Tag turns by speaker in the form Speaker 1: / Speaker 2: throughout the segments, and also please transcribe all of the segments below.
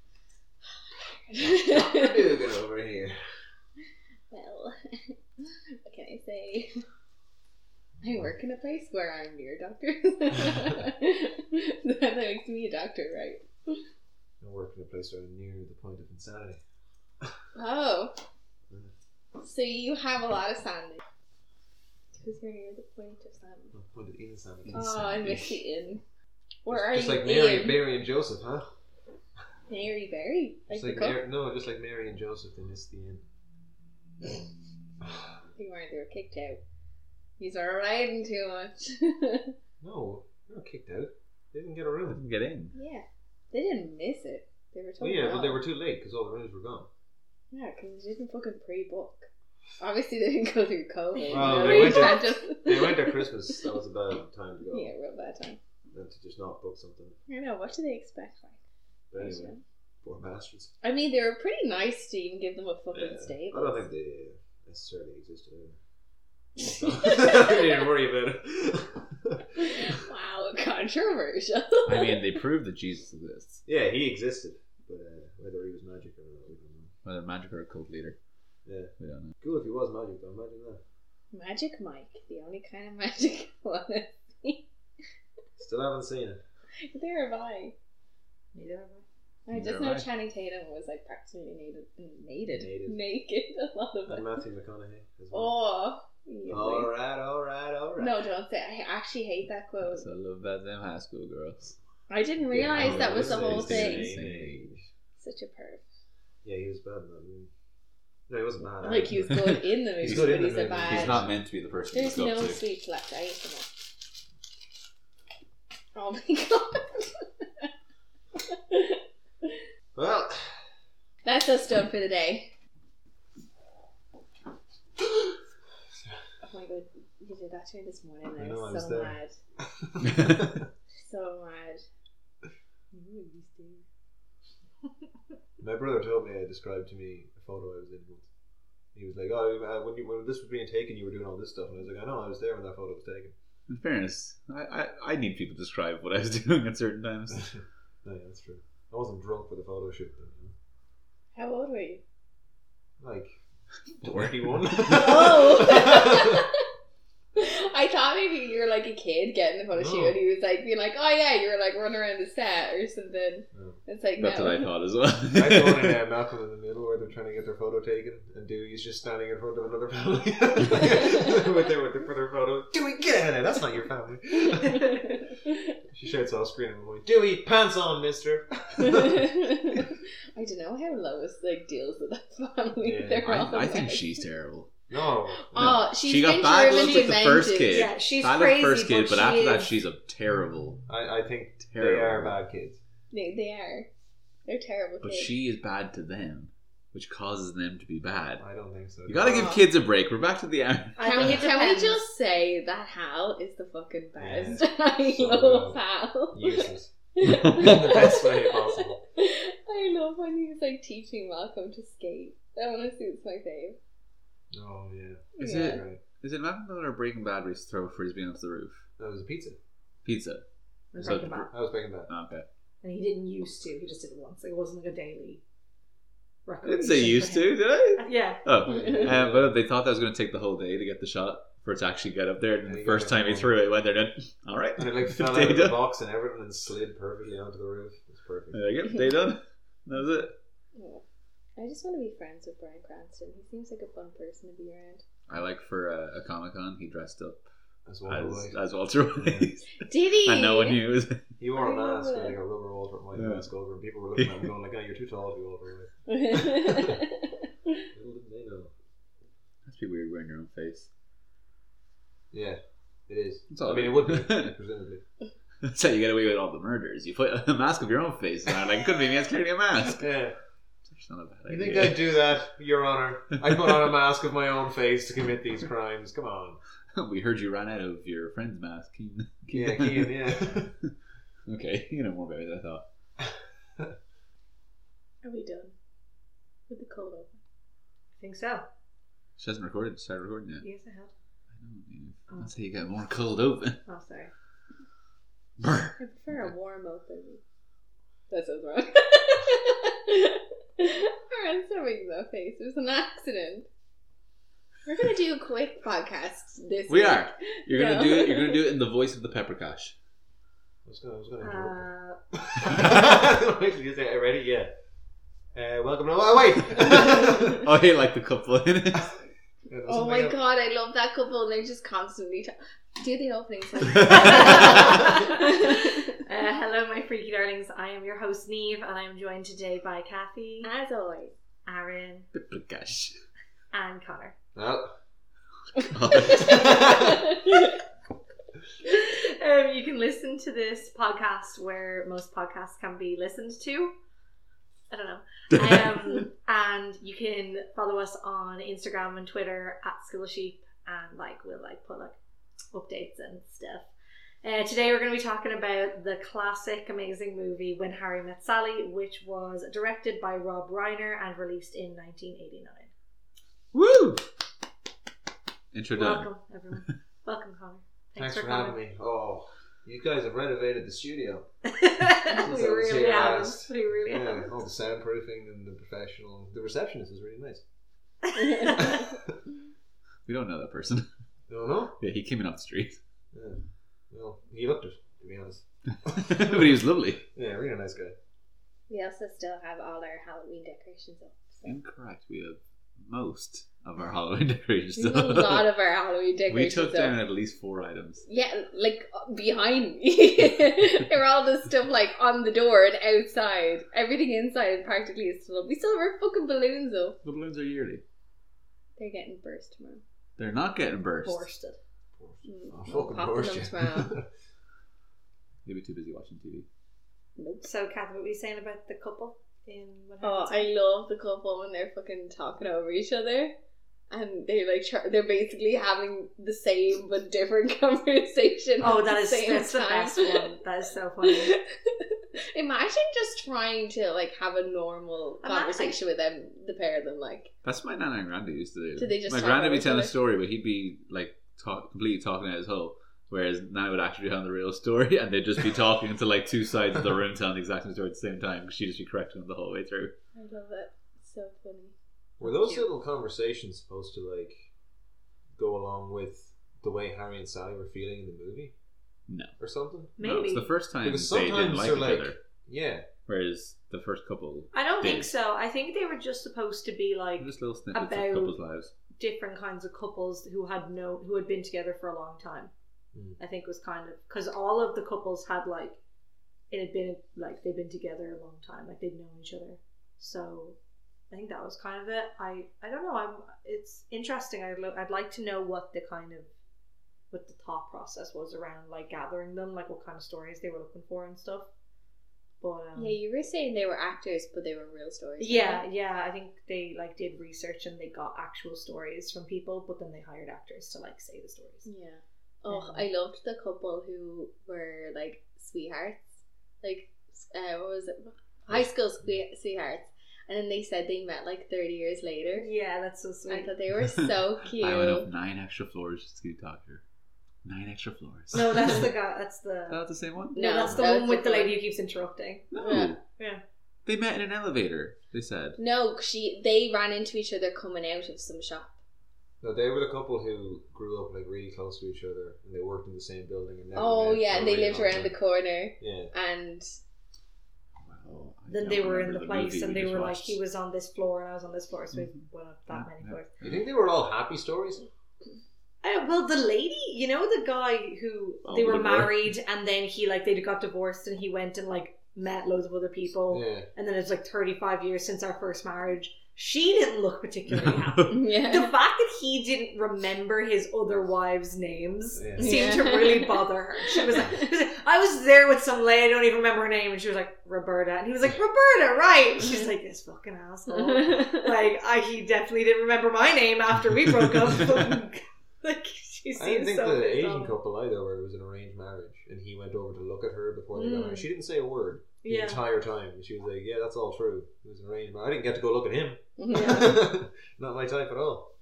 Speaker 1: Doctor Dugan over here.
Speaker 2: well, what can I say? I work in a place where I'm near doctors. that makes me a doctor, right?
Speaker 1: I work in a place where I'm near the point of insanity.
Speaker 2: Oh. So you have a lot of sanity. Because you're near the point of sanity.
Speaker 1: The point of insanity.
Speaker 2: Oh, I miss
Speaker 1: Just-
Speaker 2: you, Ian. Where
Speaker 1: just
Speaker 2: are
Speaker 1: like
Speaker 2: you,
Speaker 1: Mary,
Speaker 2: Ian?
Speaker 1: Mary and Joseph, huh?
Speaker 2: Mary Berry. Like
Speaker 1: Just
Speaker 2: the
Speaker 1: like
Speaker 2: cook.
Speaker 1: Mary, no, just like Mary and Joseph, they missed the end.
Speaker 2: They weren't. They were kicked out. These are riding too much.
Speaker 1: no, they were kicked out. They didn't get a room.
Speaker 3: Didn't get in.
Speaker 2: yeah. They didn't miss it. They were told.
Speaker 1: Well, yeah,
Speaker 2: no.
Speaker 1: but they were too late because all the rooms were gone.
Speaker 2: Yeah, because they didn't fucking pre-book. Obviously, they didn't go through COVID.
Speaker 1: Well,
Speaker 2: you know,
Speaker 1: they
Speaker 2: you
Speaker 1: went to-
Speaker 2: can't just...
Speaker 1: They went at Christmas. That was a bad time to go.
Speaker 2: Yeah, real bad time.
Speaker 1: And to just not book something.
Speaker 2: I know. What do they expect? Like,
Speaker 1: But anyway, poor bastards.
Speaker 2: I mean, they were pretty nice to even give them a fucking
Speaker 1: Yeah. I
Speaker 2: stable.
Speaker 1: don't think they necessarily existed. Either. they didn't worry about it.
Speaker 2: wow, controversial.
Speaker 3: I mean, they proved that Jesus exists,
Speaker 1: yeah, he existed, but uh, whether he was magic or not, we don't know.
Speaker 3: whether magic or a cult leader.
Speaker 1: Yeah.
Speaker 3: We don't know.
Speaker 1: Cool if he was magic, though. Imagine that.
Speaker 2: Magic Mike, the only kind of magic I want.
Speaker 1: Still haven't seen it.
Speaker 2: There have I. Neither have I. I
Speaker 3: Neither
Speaker 2: just
Speaker 3: have
Speaker 2: know
Speaker 3: I.
Speaker 2: Channing Tatum was like practically naked, naked,
Speaker 1: Naked.
Speaker 2: naked a lot of
Speaker 1: And
Speaker 2: it.
Speaker 1: Matthew McConaughey as well.
Speaker 2: Oh, yeah,
Speaker 1: all
Speaker 2: like-
Speaker 1: right, all right, all right.
Speaker 2: no, don't say. it. I actually hate that quote.
Speaker 3: So I love about them high school girls.
Speaker 2: I didn't realize
Speaker 3: I
Speaker 2: that was the
Speaker 3: was
Speaker 2: whole thing.
Speaker 3: saying- thing.
Speaker 2: Such a perv.
Speaker 1: Yeah, he was bad in that movie. No, he wasn't bad.
Speaker 2: Like he was good in the movie,
Speaker 1: He's good
Speaker 2: but
Speaker 1: in the
Speaker 2: he's a
Speaker 1: movie.
Speaker 2: bad.
Speaker 3: He's not meant to be the person
Speaker 2: There's
Speaker 3: he's up
Speaker 2: no
Speaker 3: to.
Speaker 2: sweets left. I ate them all. Oh my god.
Speaker 1: Well,
Speaker 2: That's us done for the day. Oh my god, you did that to me this morning.
Speaker 1: I
Speaker 2: I,
Speaker 1: know,
Speaker 2: was
Speaker 1: I was
Speaker 2: so
Speaker 1: there.
Speaker 2: mad. So mad. You really do.
Speaker 1: my brother told me, uh, described to me a photo I was in once. He was like, "Oh, uh, when, you, when this was being taken, you were doing all this stuff," and I was like, "I know, I was there when that photo was taken."
Speaker 3: In fairness, I, I, I need people to describe what I was doing at certain times.
Speaker 1: no, yeah, that's true. I wasn't drunk for the photo shoot, though. You
Speaker 2: How old were you?
Speaker 1: know? Like
Speaker 3: Four.
Speaker 1: twenty-one.
Speaker 2: Oh! I thought maybe you were like a kid getting the photo shoot
Speaker 1: No.
Speaker 2: and he was like being like, oh yeah, you were like running around the set or something.
Speaker 1: No.
Speaker 2: It's like,
Speaker 3: That's
Speaker 2: no.
Speaker 3: what I thought as well.
Speaker 1: I saw it in uh, Malcolm in the Middle where they're trying to get their photo taken, and Dewey's just standing in front of another family with their with their, for their photo. Dewey, get out of there! That's not your family. She shouts off screen and like, Dewey, pants on, Mister.
Speaker 2: I don't know how Lois like deals with that family.
Speaker 1: Yeah,
Speaker 2: They're all
Speaker 3: I, I think
Speaker 2: like-
Speaker 3: she's terrible.
Speaker 1: No,
Speaker 2: Oh, she's
Speaker 3: She got
Speaker 2: been
Speaker 3: bad
Speaker 2: driven
Speaker 3: looks at the
Speaker 2: demented.
Speaker 3: first kid.
Speaker 4: Yeah, she's
Speaker 3: Bad at
Speaker 4: crazy.
Speaker 3: first kid, but
Speaker 4: she
Speaker 3: after that,
Speaker 4: is-
Speaker 3: she's a terrible,
Speaker 1: I, I think they are
Speaker 3: terrible.
Speaker 1: bad kids.
Speaker 2: They, they are. They're terrible
Speaker 3: but
Speaker 2: kids.
Speaker 3: she is bad to them, which causes them to be bad.
Speaker 1: I don't think so.
Speaker 3: You gotta give
Speaker 4: Aw.
Speaker 3: kids a break. We're back to the end.
Speaker 4: I
Speaker 2: Can
Speaker 4: think
Speaker 2: we,
Speaker 4: it
Speaker 2: can we
Speaker 4: depends.
Speaker 2: just say that Hal is the fucking
Speaker 1: Yeah.
Speaker 2: best? I
Speaker 1: So
Speaker 2: love
Speaker 1: well.
Speaker 2: Hal.
Speaker 1: useless in
Speaker 3: I
Speaker 1: the best way possible.
Speaker 2: I love when he's like teaching Malcolm to skate. That honestly is my fave.
Speaker 1: Oh yeah,
Speaker 3: Is
Speaker 2: Yeah.
Speaker 3: it- Is it Malcolm Butler or Breaking Bad where he's thrown for his being off the roof?
Speaker 1: That was a pizza.
Speaker 3: Pizza.
Speaker 4: We're
Speaker 3: So-
Speaker 4: talking about-
Speaker 1: I was baking that.
Speaker 3: Okay.
Speaker 4: And he didn't used to. He just did it once. Like it wasn't like a daily.
Speaker 3: I didn't say used to, did I?
Speaker 4: Yeah.
Speaker 3: Oh. Uh, but they thought that was going to take the whole day to get the shot for it to actually get up there. And
Speaker 1: And
Speaker 3: the
Speaker 1: he
Speaker 3: first
Speaker 1: got it.
Speaker 3: time he threw it, it went there. Done. All right.
Speaker 1: And it like fell
Speaker 3: They
Speaker 1: out of the
Speaker 3: done.
Speaker 1: box and everything and slid perfectly onto the roof. It was perfect.
Speaker 3: There you go. Day done. That was it.
Speaker 2: Yeah. I just want to be friends with Brian Cranston. He seems like a fun person to be around.
Speaker 3: I like for uh, a Comic Con, he dressed up
Speaker 1: As well as
Speaker 3: as, as Walter White,
Speaker 2: Did he?
Speaker 3: and no one knew. It was
Speaker 1: He wore a
Speaker 2: I love
Speaker 1: mask,
Speaker 2: it.
Speaker 1: with, like a rubber Walter White
Speaker 3: Yeah.
Speaker 1: mask over, and people were looking at him going like, "Oh, you're too tall to be Walter White." Little did they know.
Speaker 3: Must be weird wearing your own face.
Speaker 1: Yeah, it is.
Speaker 3: It's all
Speaker 1: I mean, it would
Speaker 3: right.
Speaker 1: be presumably.
Speaker 3: That's how you get away with all the murders. You put a mask of your own face on. Like, it could be me. I was carrying a mask.
Speaker 1: Yeah,
Speaker 3: It's not a bad
Speaker 1: you think
Speaker 3: idea.
Speaker 1: I'd do that, Your Honor? I put on a mask of my own face to commit these crimes. Come on.
Speaker 3: we heard you ran out of your friend's mask. Keen.
Speaker 1: Yeah, Keane, yeah.
Speaker 3: okay, you know more about it. than I thought.
Speaker 2: Are we done with the cold open?
Speaker 4: I think so.
Speaker 3: She hasn't recorded. Started recording yet.
Speaker 4: Yes, I have.
Speaker 3: I know, dude. That's how you get more cold open.
Speaker 4: Oh, sorry.
Speaker 3: Brr.
Speaker 2: I prefer
Speaker 3: Okay.
Speaker 2: a warm open. That sounds wrong. a face. It was an accident. We're gonna do a quick podcast this
Speaker 3: We
Speaker 2: week.
Speaker 3: are. You're gonna
Speaker 2: No.
Speaker 3: do it. You're gonna do it in the voice of the peppercash.
Speaker 1: I was gonna, I was gonna interrupt.
Speaker 4: Uh,
Speaker 1: wait, did you say it already? Yeah. Uh, welcome to. Oh wait.
Speaker 3: Oh, hey, like the couple in it.
Speaker 1: Yeah,
Speaker 2: Oh my
Speaker 1: something else.
Speaker 2: god, I love that couple. They're just constantly ta- do the opening song.
Speaker 4: uh, hello, my freaky darlings. I am your host, Neve, and I'm joined today by Kathy,
Speaker 2: As always,
Speaker 4: Aaron,
Speaker 3: Peppercash.
Speaker 4: and Connor.
Speaker 1: Well,
Speaker 4: um, you can listen to this podcast where most podcasts can be listened to. I don't know. Um, and you can follow us on Instagram and Twitter at School of Sheep, and like we'll like put like updates and stuff. Uh, today we're going to be talking about the classic, amazing movie When Harry Met Sally, which was directed by Rob Reiner and released in 1989.
Speaker 3: Woo! Intro done.
Speaker 4: Welcome, everyone. Welcome, Connor.
Speaker 1: thanks for having me. Oh, you guys have renovated the studio.
Speaker 4: coming. we
Speaker 1: I was
Speaker 4: really
Speaker 1: here
Speaker 4: haven't.
Speaker 1: last.
Speaker 4: We really
Speaker 1: Yeah,
Speaker 4: haven't.
Speaker 1: all the soundproofing and the professional. The receptionist was really nice.
Speaker 3: We don't know that person.
Speaker 1: No, no.
Speaker 3: Yeah, he came in off the street,
Speaker 1: Yeah. Well, he looked it. To be honest.
Speaker 3: but he was lovely.
Speaker 1: Yeah, really nice guy.
Speaker 2: we also still have all our Halloween decorations up. So.
Speaker 3: Incorrect. We have most of our Halloween decorations.
Speaker 2: We have a lot of our Halloween
Speaker 3: we
Speaker 2: decorations
Speaker 3: took
Speaker 2: up.
Speaker 3: down at least four items.
Speaker 2: Yeah, like uh, behind me. They're all this stuff like on the door and outside. Everything inside practically is still up. We still have our fucking balloons though.
Speaker 3: The balloons are yearly.
Speaker 2: They're getting burst tomorrow.
Speaker 3: They're not getting burst.
Speaker 4: Borsted.
Speaker 2: Mm.
Speaker 1: Oh,
Speaker 2: I'll
Speaker 1: fucking
Speaker 2: pop
Speaker 1: horse
Speaker 2: them
Speaker 1: shit.
Speaker 2: tomorrow.
Speaker 3: Maybe too busy watching TV.
Speaker 2: Nope.
Speaker 4: So, Kathy, what were you saying about the couple in what
Speaker 2: Oh, I love the couple when they're fucking talking over each other. And they're like, tr- they're basically having the same but different conversation.
Speaker 4: Oh,
Speaker 2: at
Speaker 4: that
Speaker 2: the
Speaker 4: is
Speaker 2: same
Speaker 4: that's the
Speaker 2: time.
Speaker 4: best one. That is so funny.
Speaker 2: Imagine just trying to like have a normal
Speaker 4: Imagine-
Speaker 2: conversation with them, the pair of them, like.
Speaker 3: That's my nana and granddad used to do.
Speaker 2: Did they just
Speaker 3: my
Speaker 2: talk
Speaker 3: granddad
Speaker 2: over
Speaker 3: would
Speaker 2: each
Speaker 3: be telling a
Speaker 2: other?
Speaker 3: story, but he'd be like talk, completely talking out his whole. Whereas Nana would actually be telling the real story, and they'd just be talking to like two sides of the room telling the exact same story at the same time. 'cause She'd just be correcting them the whole way through.
Speaker 2: I love it. So funny.
Speaker 1: Were those
Speaker 4: Cute.
Speaker 1: little conversations supposed to like go along with the way Harry and Sally were feeling in the movie?
Speaker 3: No.
Speaker 1: or something.
Speaker 4: Maybe.
Speaker 3: No, it's the first time
Speaker 1: Because
Speaker 3: they didn't
Speaker 1: sometimes
Speaker 3: like
Speaker 1: they're
Speaker 3: each
Speaker 1: like-
Speaker 3: other.
Speaker 1: Yeah,
Speaker 3: Whereas the first couple,
Speaker 4: I don't think
Speaker 3: Date.
Speaker 4: so. I think they were just supposed to be like
Speaker 3: just little snippets
Speaker 4: About-
Speaker 3: of couples' lives.
Speaker 4: different kinds of couples who had known who had been together for a long time.
Speaker 1: Mm.
Speaker 4: I think was kind of because all of the couples had like it had been like they'd been together a long time, like they'd known each other. So I think that was kind of it. I I don't know. I'm it's interesting. I'd lo- I'd like to know what the kind of what the thought process was around like gathering them, like what kind of stories they were looking for and stuff. But um,
Speaker 2: Yeah, you were saying they were actors, but they were real stories.
Speaker 4: yeah, yeah. I think they like did research and they got actual stories from people, but then they hired actors to like say the stories.
Speaker 2: Yeah. Oh,
Speaker 4: Um,
Speaker 2: I loved the couple who were like sweethearts, like uh, what was it? High school sque- sweethearts, and then they said they met like thirty years later.
Speaker 4: Yeah, that's so sweet.
Speaker 2: I thought they were so cute.
Speaker 3: I went up nine extra floors just to get doctor. Nine extra floors.
Speaker 4: no, that's the guy. That's the
Speaker 3: Is that the same one?
Speaker 4: no,
Speaker 2: No,
Speaker 4: that's the
Speaker 2: that
Speaker 4: one
Speaker 2: was
Speaker 4: with the
Speaker 2: different.
Speaker 4: lady who keeps interrupting.
Speaker 3: No.
Speaker 2: Yeah.
Speaker 4: Yeah.
Speaker 3: They met in an elevator. They said.
Speaker 2: No, she they ran into each other coming out of some shop.
Speaker 1: no, they were the couple who grew up like really close to each other, and they worked in the same building. And never
Speaker 2: Oh
Speaker 1: met
Speaker 2: yeah,
Speaker 1: for
Speaker 2: and
Speaker 1: a
Speaker 2: they
Speaker 1: really
Speaker 2: lived
Speaker 1: long
Speaker 2: around the
Speaker 1: time.
Speaker 2: corner,
Speaker 1: Yeah,
Speaker 2: and
Speaker 3: Wow. I
Speaker 4: Then
Speaker 3: don't
Speaker 4: they were in
Speaker 3: remember
Speaker 4: the, place,
Speaker 3: movie we
Speaker 4: and they
Speaker 3: just
Speaker 4: were like,
Speaker 3: watched.
Speaker 4: he was on this floor, and I was on this floor, so we
Speaker 3: Mhm.
Speaker 4: went up that
Speaker 3: Yeah,
Speaker 4: many
Speaker 3: yeah.
Speaker 4: floors.
Speaker 2: Mm-hmm.
Speaker 1: you think they were all happy stories?
Speaker 4: Uh, well, the lady, you know, the guy who
Speaker 3: Oh,
Speaker 4: they were
Speaker 3: divorce.
Speaker 4: married, and then he like they got divorced, and he went and like met loads of other people.
Speaker 2: Oh.
Speaker 1: Yeah,
Speaker 4: and then it's like 35 years since our first marriage. She didn't look particularly happy. The
Speaker 2: yeah,
Speaker 4: fact that he didn't remember his other wives' names
Speaker 1: Yeah.
Speaker 4: seemed to
Speaker 2: Yeah.
Speaker 4: really bother her. She was like, she was like, I was there with some lady, I don't even remember her name. And she was like, Roberta. And he was like, Roberta, right. And she's like, this fucking asshole. like, I, he definitely didn't remember my name after we broke up. like, she
Speaker 1: I didn't
Speaker 4: seems
Speaker 1: think
Speaker 4: so
Speaker 1: the
Speaker 4: pissed
Speaker 1: Asian
Speaker 4: off.
Speaker 1: couple either, where it was an arranged marriage, and he went over to look at her before they
Speaker 4: Mm.
Speaker 1: got married. She didn't say a word the
Speaker 4: Yeah.
Speaker 1: entire time. She was like, "Yeah, that's all true. It was an arranged marriage. I didn't get to go look at him."
Speaker 2: yeah.
Speaker 1: Not my type at all.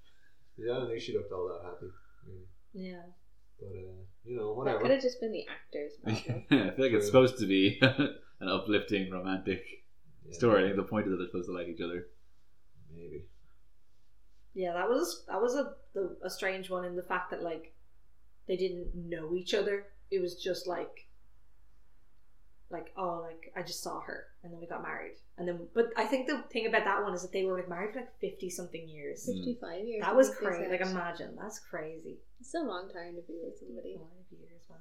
Speaker 1: Yeah, I don't think she looked all that happy. Mm.
Speaker 4: Yeah.
Speaker 1: But, uh, you know,
Speaker 2: That
Speaker 1: whatever.
Speaker 2: could have just been the actors. Problem.
Speaker 3: I feel like
Speaker 1: True.
Speaker 3: it's supposed to be an uplifting romantic
Speaker 1: Yeah,
Speaker 3: story. I think the point is that they're supposed to like each other.
Speaker 1: Maybe.
Speaker 4: Yeah, that was that was a the, a strange one in the fact that like they didn't know each other. It was just like like oh like I just saw her and then we got married and then but I think the thing about that one is that they were like married for like fifty something years.
Speaker 3: Mm.
Speaker 2: 55 years.
Speaker 4: That was
Speaker 2: I think they
Speaker 4: crazy.
Speaker 2: said.
Speaker 4: Like imagine that's crazy.
Speaker 2: It's a long time to be with somebody.
Speaker 4: Five years, man.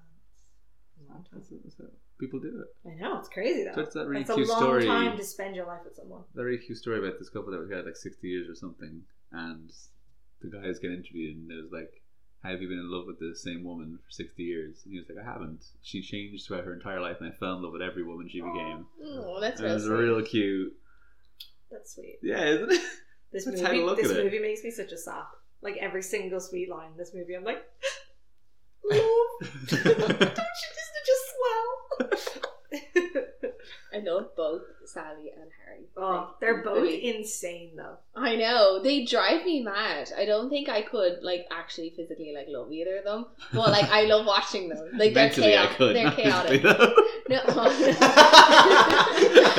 Speaker 4: It's a long time.
Speaker 3: That's, that's how people do it.
Speaker 4: I know it's crazy though.
Speaker 3: That's that really
Speaker 4: It's a
Speaker 3: cute
Speaker 4: long
Speaker 3: story.
Speaker 4: time to spend your life with someone.
Speaker 3: that really cute story about this couple that we had like 60 years or something and the guy was getting interviewed and it was like have you been in love with the same woman for 60 years and he was like I haven't she changed throughout her entire life and I fell in love with every woman she became
Speaker 2: Oh, that's
Speaker 3: and it
Speaker 2: real
Speaker 3: was
Speaker 2: sweet.
Speaker 3: real cute
Speaker 4: That's sweet.
Speaker 3: yeah isn't it
Speaker 4: This
Speaker 3: That's
Speaker 4: movie,
Speaker 3: how you look
Speaker 4: this
Speaker 3: at it.
Speaker 4: movie makes me such a sap. Like every single sweet line in this movie, I'm like, love. Don't you just just swell?
Speaker 2: I love both Sally and Harry.
Speaker 4: oh,
Speaker 2: Like,
Speaker 4: they're both
Speaker 2: really.
Speaker 4: insane though.
Speaker 2: I know they drive me mad. I don't think I could like actually physically like love either of them, but like I love watching them. Like they're
Speaker 3: mentally I
Speaker 2: chaotic.
Speaker 3: could
Speaker 2: They're
Speaker 3: not physically,
Speaker 2: chaotic.
Speaker 3: though.
Speaker 2: No, you know what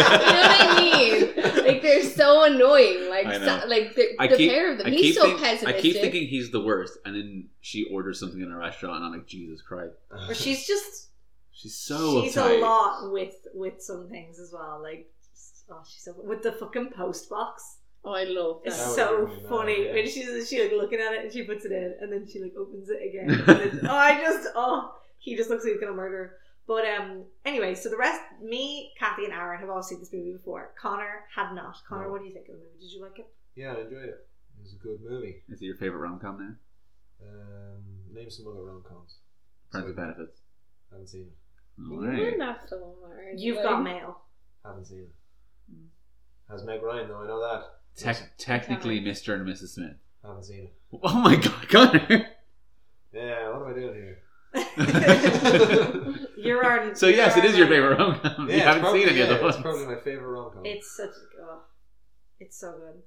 Speaker 2: I mean? Like they're so annoying. Like
Speaker 3: I know.
Speaker 2: so, like the,
Speaker 3: I
Speaker 2: the
Speaker 3: keep-
Speaker 2: pair of them.
Speaker 3: I
Speaker 2: He's
Speaker 3: keep,
Speaker 2: so
Speaker 3: think- I
Speaker 2: pessimistic.
Speaker 3: keep thinking he's the worst and then she orders something in a restaurant and I'm like Jesus Christ
Speaker 1: Uh,
Speaker 4: But she's just
Speaker 3: she's so
Speaker 4: she's
Speaker 3: uptight
Speaker 4: a lot with with some things as well. Like just- oh, she's so with the fucking post box.
Speaker 2: oh, I love
Speaker 4: It's
Speaker 1: That
Speaker 2: that.
Speaker 1: was
Speaker 4: so
Speaker 1: really
Speaker 4: funny.
Speaker 1: nice.
Speaker 4: And she's she like looking at it and she puts it in and then she like opens it again. And then, oh, I just oh, he just looks like he's gonna murder. her. But um, anyway, so the rest, me, Kathy, and Aaron have all seen this movie before. Connor had not. Connor,
Speaker 1: No.
Speaker 4: what do you think of the movie? Did you like it?
Speaker 1: yeah, I enjoyed it. It was a good movie.
Speaker 3: is it your favourite rom-com now
Speaker 1: Um, name some other rom coms.
Speaker 3: Friends with Benefits
Speaker 1: Haven't seen it.
Speaker 3: all
Speaker 2: You
Speaker 3: right
Speaker 2: wouldn't have to love her,
Speaker 4: You've
Speaker 2: like-
Speaker 4: got mail.
Speaker 1: Haven't seen it.
Speaker 3: Mm.
Speaker 1: Has Meg Ryan though? I know that.
Speaker 3: Tec- technically, Mr. and Mrs. Smith.
Speaker 1: Haven't seen it.
Speaker 3: Oh my god, Connor!
Speaker 1: Yeah, what am I doing here?
Speaker 4: You're our.
Speaker 3: so, yes, it
Speaker 4: you're
Speaker 3: is your
Speaker 4: our-
Speaker 3: favorite rom com.
Speaker 1: Yeah,
Speaker 3: you
Speaker 1: it's
Speaker 3: haven't
Speaker 1: probably-
Speaker 3: seen any
Speaker 1: yeah,
Speaker 3: other ones.
Speaker 1: It's probably my favorite rom com.
Speaker 4: It's such. Oh, it's so good.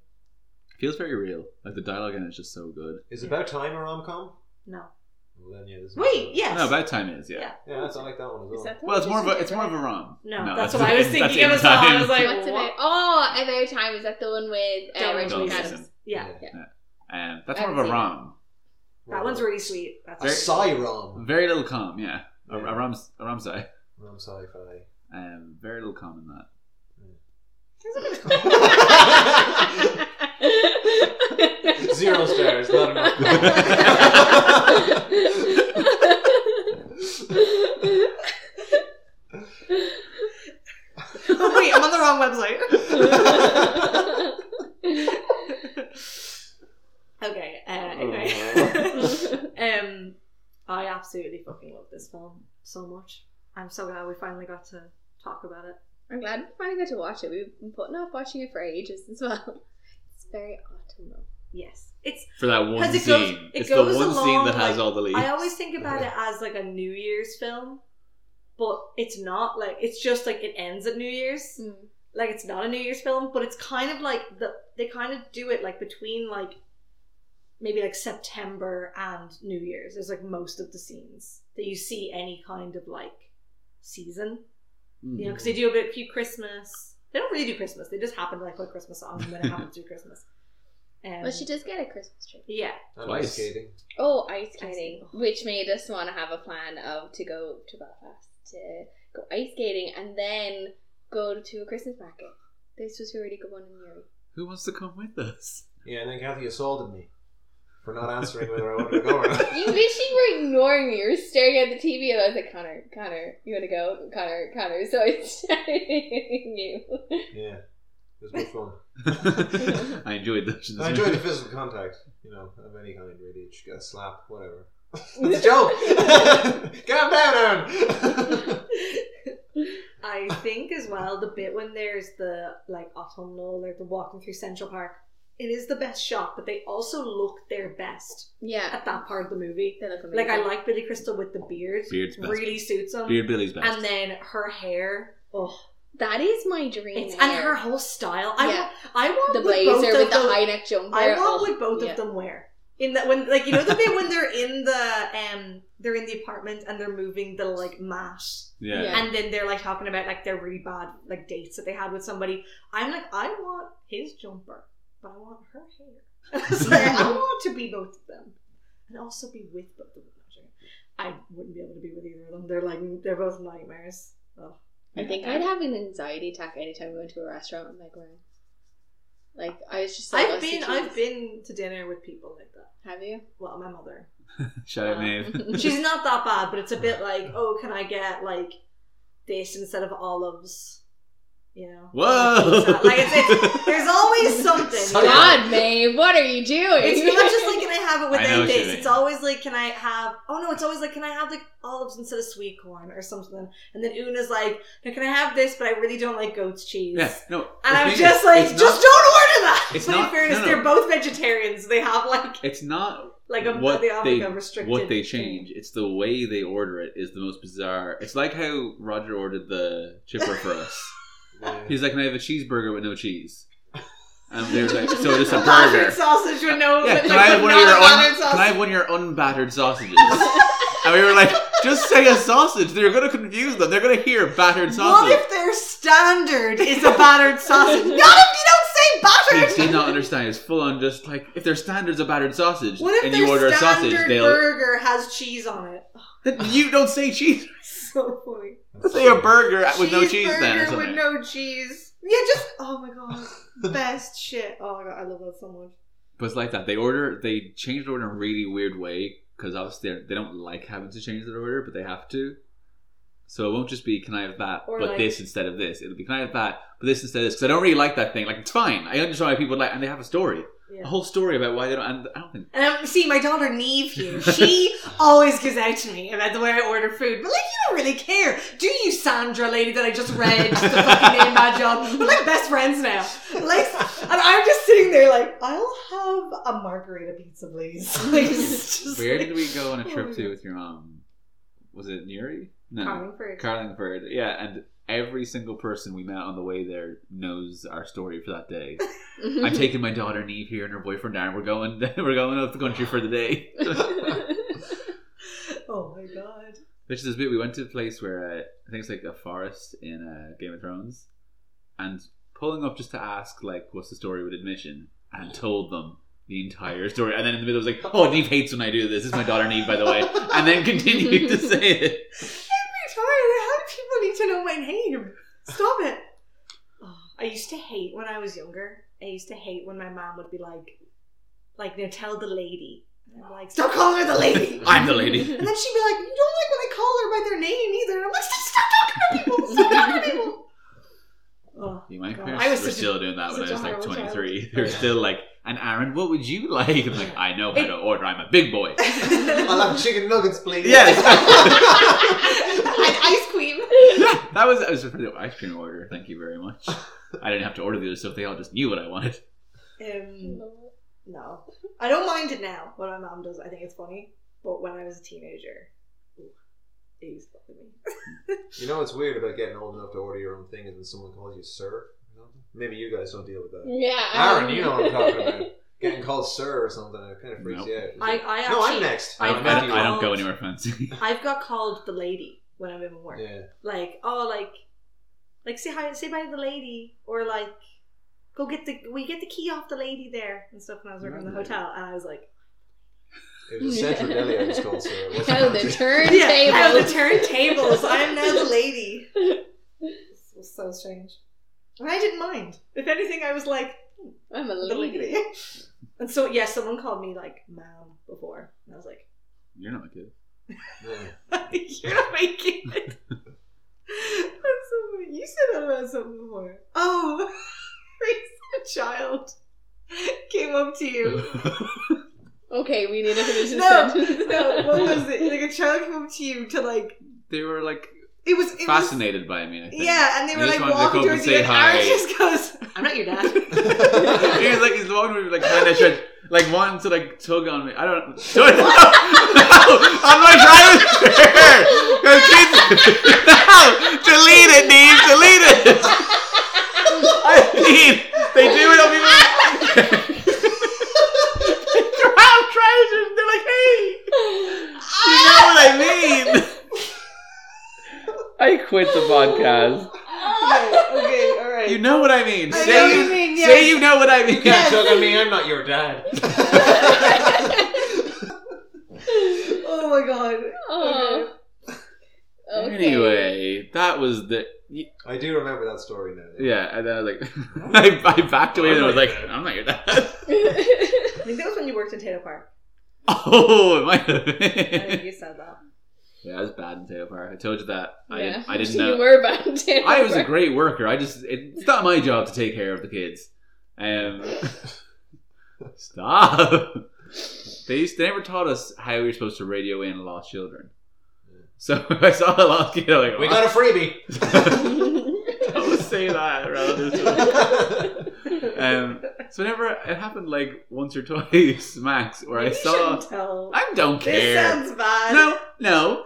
Speaker 3: feels very real. Like, the dialogue in it is just so good.
Speaker 1: Is About Time a rom com?
Speaker 4: No.
Speaker 1: Well, then yeah, this is
Speaker 4: Wait. Yes.
Speaker 3: No, Bad Time is, yeah.
Speaker 4: Yeah.
Speaker 1: Yeah, that's, I like that one as well.
Speaker 2: Is that the
Speaker 3: Well,
Speaker 2: one
Speaker 3: it's more of a,
Speaker 2: she
Speaker 3: it's
Speaker 2: did,
Speaker 3: more of a
Speaker 2: right?
Speaker 3: rom.
Speaker 4: No,
Speaker 3: No,
Speaker 4: that's,
Speaker 3: that's
Speaker 4: what I was
Speaker 3: in-
Speaker 4: thinking of
Speaker 3: that's
Speaker 4: as
Speaker 3: in
Speaker 4: well. I
Speaker 3: time.
Speaker 4: was like,
Speaker 2: What's
Speaker 4: what?
Speaker 2: about? Oh, about time is that the one with uh,
Speaker 4: Don't
Speaker 2: Rachel
Speaker 3: Don't
Speaker 4: Rachel
Speaker 2: McAdams?
Speaker 3: listen.
Speaker 4: Yeah,
Speaker 3: Um, that's
Speaker 2: I
Speaker 3: more of
Speaker 2: haven't
Speaker 3: a
Speaker 2: seen
Speaker 3: rom.
Speaker 4: that one's really sweet. That's
Speaker 1: A Psy rom.
Speaker 3: Very little calm, yeah. A,
Speaker 1: Yeah.
Speaker 3: a rom, a rom sci.
Speaker 1: Rom sci fi.
Speaker 3: Um, very little calm in that.
Speaker 1: Zero stars, not enough.
Speaker 4: Wait, I'm on the wrong website. Okay. Uh,
Speaker 1: Oh.
Speaker 4: anyway, um, I absolutely fucking love this film so much. I'm so glad we finally got to talk about it.
Speaker 2: I'm glad we finally got to watch it. We've been putting off watching it for ages as well. It's very autumnal.
Speaker 4: Yes, it's.
Speaker 3: For that one
Speaker 4: 'Cause it
Speaker 3: scene.
Speaker 4: goes- it
Speaker 3: it's
Speaker 4: goes
Speaker 3: the one
Speaker 4: along,
Speaker 3: scene that has
Speaker 4: like,
Speaker 3: all the leads.
Speaker 4: I always think about it as like a New Year's film, but it's not like it's just like it ends at New Year's. like it's not a New Year's film, but it's kind of like the they kind of do it like between like maybe like September and New Year's. There's like most of the scenes that you see any kind of like season,
Speaker 3: Mm.
Speaker 4: you know, because they do a bit few Christmas. They don't really do Christmas. They just happen to like put Christmas on and then it happens through Christmas. Um,
Speaker 2: But she does get a Christmas tree.
Speaker 4: Yeah,
Speaker 1: And
Speaker 3: Twice.
Speaker 1: ice skating.
Speaker 2: Oh, ice
Speaker 4: skating.
Speaker 2: skating, which made us want to have a plan of to go to Belfast to go ice skating and then go to a Christmas market. This was a really good one in Europe.
Speaker 3: Who wants to come with us?
Speaker 1: Yeah, and then Kathy assaulted me for not answering whether I wanted to go or not.
Speaker 2: You literally were ignoring me. You were staring at the TV, and I was like, Connor, Connor, you want to go? Connor, Connor. So I started hitting you.
Speaker 1: Yeah, it was good fun.
Speaker 3: I enjoyed that.
Speaker 1: I enjoyed the physical contact, you know, of any kind, really. Just get a slap, whatever. it's a joke! Calm down, Aaron!
Speaker 4: I think as well the bit when there's the like autumnal, like the walking through Central Park. It is the best shot, but they also look their best
Speaker 2: Yeah.
Speaker 4: at that part of the movie.
Speaker 2: They look amazing.
Speaker 4: Like I like Billy Crystal with the beard.
Speaker 3: Beard's best.
Speaker 4: really suits him.
Speaker 3: Beard Billy's best.
Speaker 4: And then her hair. Oh,
Speaker 2: That is my dream.
Speaker 4: it's and
Speaker 2: hair.
Speaker 4: her whole style. I
Speaker 2: Yeah.
Speaker 4: want, I want
Speaker 2: the
Speaker 4: what both
Speaker 2: blazer
Speaker 4: of
Speaker 2: with the
Speaker 4: them-
Speaker 2: high neck jumper.
Speaker 4: I want
Speaker 2: Oh,
Speaker 4: what both
Speaker 2: yeah.
Speaker 4: of them wear. In that when like you know the bit when they're in the um they're in the apartment and they're moving the like mat
Speaker 3: yeah.
Speaker 2: Yeah.
Speaker 4: and then they're like talking about like their really bad like dates that they had with somebody. I'm like I want his jumper. but I want her hair. so I want to be both of them, and also be with both of them. I wouldn't be able to be with either of them. They're like they're both nightmares. Oh.
Speaker 2: I think I'd have an anxiety attack anytime we went to a restaurant with my grand. Like I was just like
Speaker 4: I've
Speaker 2: oh,
Speaker 4: been
Speaker 2: CGs.
Speaker 4: I've been to dinner with people like that.
Speaker 2: Have you?
Speaker 4: Well, my mother.
Speaker 3: Shout out,
Speaker 4: Um,
Speaker 3: Maeve.
Speaker 4: She's not that bad, but it's a bit like, oh, can I get like this instead of olives? You know.
Speaker 3: Whoa!
Speaker 4: Like it's, it's there's always something. you know?
Speaker 2: God, Maeve, what are you doing?
Speaker 4: Oh, It's not just like can I have it
Speaker 3: I know
Speaker 4: without
Speaker 3: what you
Speaker 4: this.
Speaker 3: mean.
Speaker 4: It's always like can I have oh no, it's always like can I have like olives instead of sweet corn or something. And then Una's like, no, can I have this? But I really don't like goat's cheese.
Speaker 3: yeah, no.
Speaker 4: And
Speaker 3: the
Speaker 4: I'm
Speaker 3: thing
Speaker 4: just
Speaker 3: is,
Speaker 4: like,
Speaker 3: it's
Speaker 4: just
Speaker 3: not-
Speaker 4: don't order that.
Speaker 3: it's
Speaker 4: but in
Speaker 3: not-
Speaker 4: fairness,
Speaker 3: no, no.
Speaker 4: they're both vegetarians. They have like
Speaker 3: It's not
Speaker 4: like a
Speaker 3: What
Speaker 4: they have
Speaker 3: they-
Speaker 4: like a restricted
Speaker 3: what they change. It's the way they order it is the most bizarre. It's like how Roger ordered the chipper for us. He's like, "Can I have a cheeseburger with no cheese?" And they were like, "So just a burger."
Speaker 4: Battered sausage with no.
Speaker 3: Yeah,
Speaker 4: but,
Speaker 3: can
Speaker 4: like,
Speaker 3: I have
Speaker 4: but
Speaker 3: one of your
Speaker 4: not
Speaker 3: un-
Speaker 4: battered sausage.
Speaker 3: can I have one of your unbattered sausages? and we were like, "Just say a sausage." They're gonna confuse them. They're gonna hear battered
Speaker 4: What
Speaker 3: sausage.
Speaker 4: if their standard is a battered sausage? Not if you don't
Speaker 3: They
Speaker 4: say
Speaker 3: did
Speaker 4: battered.
Speaker 3: not understand. It's full on just like if their standard's a battered sausage
Speaker 4: What if
Speaker 3: and
Speaker 4: their
Speaker 3: you order a
Speaker 4: standard
Speaker 3: sausage, they'll
Speaker 4: burger has cheese on it?
Speaker 3: Then you don't say cheese.
Speaker 4: So funny.
Speaker 3: Say a burger with no cheese then or
Speaker 4: Cheeseburger
Speaker 3: something.
Speaker 4: with no cheese. Yeah, just oh my god, best shit. Oh my god, I love that so much.
Speaker 3: But it's like that. They order, they change the order in a really weird way because obviously they're- they don't like having to change their order, but they have to. So it won't just be, can I have that,
Speaker 4: Or
Speaker 3: but
Speaker 4: like-
Speaker 3: this instead of this? It'll be, can I have that, but this instead of this? Because I don't really like that thing. Like, it's fine. I understand why people like And they have a story.
Speaker 4: Yeah.
Speaker 3: A whole story about why they don't. And I don't think.
Speaker 4: And um, see, my daughter Neve here, she always gives out to me about the way I order food. But like, you don't really care, do you, Sandra, lady that I just read the fucking name badge on? We're like best friends now. Like, and I'm just sitting there like, I'll have a margarita pizza, please. Like, it's just
Speaker 3: Where
Speaker 4: like-
Speaker 3: did we go on a trip
Speaker 4: Oh,
Speaker 3: to
Speaker 4: yeah.
Speaker 3: with your mom? Was it Newry? No.
Speaker 4: Carlingford.
Speaker 3: Carlingford. Yeah. And every single person we met on the way there knows our story for that day. I'm taking my daughter Neve here and her boyfriend Darren. We're going. We're going up the country for the day.
Speaker 4: Oh my god.
Speaker 3: Which is this bit we went to a place where uh, I think it's like a forest in uh, Game of Thrones, and pulling up just to ask like, "What's the story with admission?" and told them the entire story, and then in the middle was like, "Oh, Neve hates when I do this. This is my daughter Neve, by the way," and then continued to say it.
Speaker 4: Every time, how do people need to know my name? Stop it. Oh, I used to hate when I was younger. I used to hate when my mom would be like, like, now tell the lady. And I'm like, stop calling her the lady.
Speaker 3: I'm the lady.
Speaker 4: And then she'd be like, you don't like when I call her by their name either. And I'm like, stop, stop talking to people. Stop talking to people. Oh.
Speaker 3: Yeah, My
Speaker 4: God.
Speaker 3: parents
Speaker 4: I was
Speaker 3: were
Speaker 4: such a-
Speaker 3: still doing that when I
Speaker 4: such a
Speaker 3: was like
Speaker 4: horrible child.
Speaker 3: 23. They were still like, "And Aaron, what would you like?" I'm like, "I know how to order. I'm a big boy."
Speaker 1: I'll have chicken nuggets, please.
Speaker 2: An ice cream.
Speaker 3: that was that was for the ice cream order. Thank you very much. I didn't have to order the other stuff; they all just knew what I wanted.
Speaker 4: um, no. I don't mind it now when my mom does. it. I think it's funny. But when I was a teenager, ooh, it used to bother me.
Speaker 1: You know what's weird about getting old enough to order your own thing is when someone calls you sir. You know? Maybe you guys don't deal with that.
Speaker 2: Yeah.
Speaker 1: Aaron, you know what I'm talking about. Getting called sir or something, it kind of freaks
Speaker 3: Nope.
Speaker 1: you out. It's
Speaker 4: I,
Speaker 1: like,
Speaker 4: I actually,
Speaker 1: no, I'm next.
Speaker 3: I
Speaker 4: I
Speaker 1: I'm
Speaker 3: don't, I
Speaker 4: don't-
Speaker 1: not
Speaker 3: don't,
Speaker 1: you.
Speaker 3: I don't go anywhere fancy.
Speaker 4: I've got called the lady when I'm in work.
Speaker 1: Yeah.
Speaker 4: Like, oh, like, like say hi, say bye to the lady, or like, go get the we get the key off the lady there and stuff. When I was working in the
Speaker 3: Right.
Speaker 4: hotel, and I was like,
Speaker 1: It was a central deli I was called sir. It wasn't
Speaker 2: How the
Speaker 1: fancy.
Speaker 2: turntables.
Speaker 4: yeah, oh, the turntables. I'm now the lady. It was so strange, and I didn't mind. If anything, I was like
Speaker 2: I'm a
Speaker 4: the lady.
Speaker 2: lady.
Speaker 4: And so, yeah, someone called me like ma'am before, and I was like.
Speaker 3: You're not a kid.
Speaker 1: Yeah.
Speaker 4: You're not making it. That's so funny. You said that about something before. Oh, a child came up to you.
Speaker 2: Okay, we need to finish this
Speaker 4: No,
Speaker 2: sentence.
Speaker 4: No, what was it? Like a child came up to you to like.
Speaker 3: they were like
Speaker 4: It was it
Speaker 3: fascinated by me. I
Speaker 4: Was,
Speaker 3: think.
Speaker 4: yeah, and they
Speaker 3: They
Speaker 4: were
Speaker 3: just
Speaker 4: like
Speaker 3: wanted to
Speaker 4: walking
Speaker 3: come
Speaker 4: towards
Speaker 3: and
Speaker 4: you,
Speaker 3: say
Speaker 4: and
Speaker 3: hi.
Speaker 4: Aaron just goes, "I'm not your dad."
Speaker 3: he was like he's the one who like kind of tried, like wanted to like tug on me. I don't. don't no, on my driver's chair. 'Cause kids- no, delete it, Neve. Delete it. I mean, they do it on people. Brown trousers. They're like, hey, you know what I mean. I quit the podcast.
Speaker 4: okay, okay, all right. Sorry.
Speaker 3: You know what I mean.
Speaker 4: I
Speaker 3: say
Speaker 4: know
Speaker 3: you,
Speaker 4: what you mean, yes.
Speaker 3: say you know what I mean.
Speaker 1: You can't tug on me. I'm not your dad.
Speaker 4: oh my god.
Speaker 2: Oh. Okay.
Speaker 3: Anyway, that was the
Speaker 1: I do remember that story now.
Speaker 3: yeah. And then I was like, I, I backed
Speaker 2: Oh
Speaker 3: away and I was like, I'm not your dad.
Speaker 4: I think that was when you worked in Taylor Park.
Speaker 3: Oh, it might have
Speaker 4: I think
Speaker 3: been.
Speaker 4: you said that.
Speaker 3: Yeah, I was bad in Tail Fire. I told you that. I
Speaker 2: Yeah.
Speaker 3: didn't, I didn't
Speaker 2: you
Speaker 3: know.
Speaker 2: were about to.
Speaker 3: I was a great worker. I just it, it's not my job to take care of the kids. Um, stop. They used, they never taught us how we were supposed to radio in lost children. So I saw a lost kid. I'm like,
Speaker 1: We got a freebie.
Speaker 3: don't say that, relatives. Um, so whenever it happened, like once or twice max, where I
Speaker 4: Maybe you
Speaker 3: saw.
Speaker 4: shouldn't tell.
Speaker 3: I don't care.
Speaker 4: This sounds bad.
Speaker 3: no, no.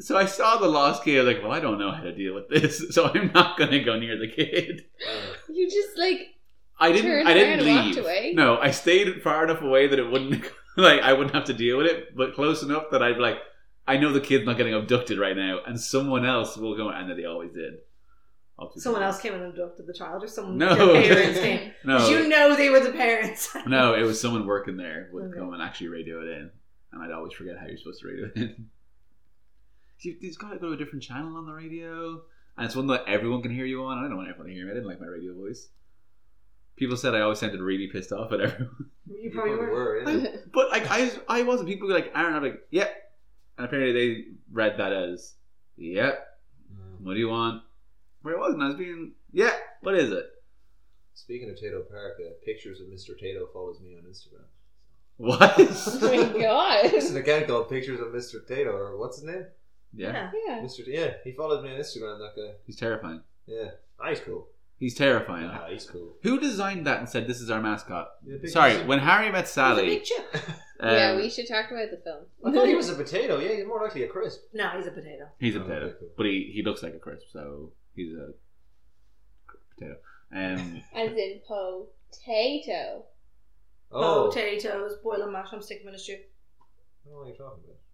Speaker 3: So I saw the lost kid. I was like, well, I don't know how to deal with this, so I'm not going to go near the kid.
Speaker 2: you just like
Speaker 3: I didn't.
Speaker 2: Turned
Speaker 3: I didn't
Speaker 2: around and walked
Speaker 3: leave.
Speaker 2: away?
Speaker 3: No, I stayed far enough away that it wouldn't like I wouldn't have to deal with it, but close enough that I'd be like, I know the kid's not getting abducted right now, and someone else will go. And they always did. Obviously.
Speaker 4: Someone else came and abducted the child, or someone.
Speaker 3: No.
Speaker 4: Your parents came.
Speaker 3: No,
Speaker 4: You know they were the parents.
Speaker 3: no, it was someone working there would
Speaker 4: Okay.
Speaker 3: come and actually radio it in, and I'd always forget how you're supposed to radio it in. You, you've got to go to a different channel on the radio, and it's one that everyone can hear you on. I don't want everyone to hear me. I didn't like my radio voice. People said I always sounded really pissed off at everyone.
Speaker 4: You probably were.
Speaker 1: yeah.
Speaker 3: But like I, I wasn't. People were like Aaron. I'm like, yeah. And apparently they read that as, yeah. What do you want? Where it wasn't. I was being, yeah. What is it?
Speaker 1: Speaking of Tato Park, uh, pictures of Mr. Tato follows me on Instagram.
Speaker 2: oh
Speaker 3: What?
Speaker 2: my god.
Speaker 1: This is an account called Pictures of Mr. Tato, or what's his name?
Speaker 3: yeah.
Speaker 2: Yeah.
Speaker 1: Mr. T- yeah, he followed me on Instagram. That guy.
Speaker 3: He's terrifying.
Speaker 1: Yeah, Ah, he's cool.
Speaker 3: He's terrifying.
Speaker 1: Ah, he's cool.
Speaker 3: Who designed that and said this is our mascot?
Speaker 1: Yeah, big-
Speaker 3: Sorry, when Harry met
Speaker 4: He's a
Speaker 3: Sally.
Speaker 4: big chip.
Speaker 3: um,
Speaker 2: yeah, we should talk about the film.
Speaker 1: I thought he was a potato. Yeah, he's more likely a crisp.
Speaker 4: No, he's a potato.
Speaker 3: he's a
Speaker 1: Oh,
Speaker 3: potato,
Speaker 1: okay, cool.
Speaker 3: but he, he looks like a crisp, so he's a potato. Um,
Speaker 2: As in potato.
Speaker 1: Oh,
Speaker 4: Potatoes, boil them, mash them, stick them in a stew.
Speaker 1: I don't know what you're talking about.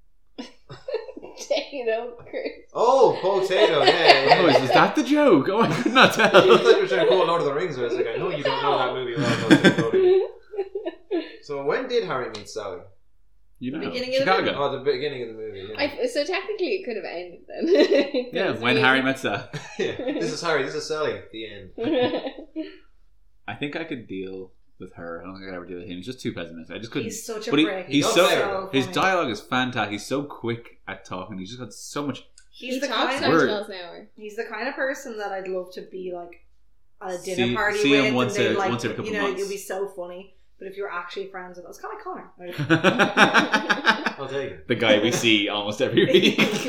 Speaker 2: Potato crisp.
Speaker 1: Oh, potato. Yeah. yeah,
Speaker 3: oh,
Speaker 1: yeah.
Speaker 3: is, is that the joke? Oh, I could not
Speaker 1: I thought
Speaker 3: tell.
Speaker 1: you were trying to call Lord of the Rings. I was like, I know you don't know that movie. Well, I don't know. so when did Harry meet Sally?
Speaker 3: you know,
Speaker 4: Beginning of the
Speaker 3: Chicago.
Speaker 1: Oh, the beginning of the movie. Yeah.
Speaker 2: I, so technically it could have ended then.
Speaker 3: Yeah, when Harry met Sally.
Speaker 1: Yeah. This is Harry. This is Sally. The end.
Speaker 3: I think I could deal with her. I don't think I could ever deal with him. He's just too pessimistic. I just couldn't.
Speaker 4: He's such a
Speaker 3: but he-
Speaker 4: prick.
Speaker 3: he's
Speaker 1: so-
Speaker 3: His
Speaker 4: funny.
Speaker 3: dialogue is fantastic. He's so quick at talking. He's just got so much.
Speaker 4: He's
Speaker 2: he
Speaker 4: the
Speaker 2: talks
Speaker 4: kind.
Speaker 2: nine
Speaker 3: Word.
Speaker 2: miles an hour.
Speaker 4: he's the kind of person that I'd love to be like at a dinner
Speaker 3: See-
Speaker 4: party
Speaker 3: see
Speaker 4: with.
Speaker 3: him once
Speaker 4: and they'd,
Speaker 3: a-
Speaker 4: like,
Speaker 3: once every couple
Speaker 4: you know,
Speaker 3: months.
Speaker 4: you'll be so funny. But if you're actually friends with us, kind of Connor. Like,
Speaker 3: the
Speaker 1: I'll take it.
Speaker 3: guy we see almost every week.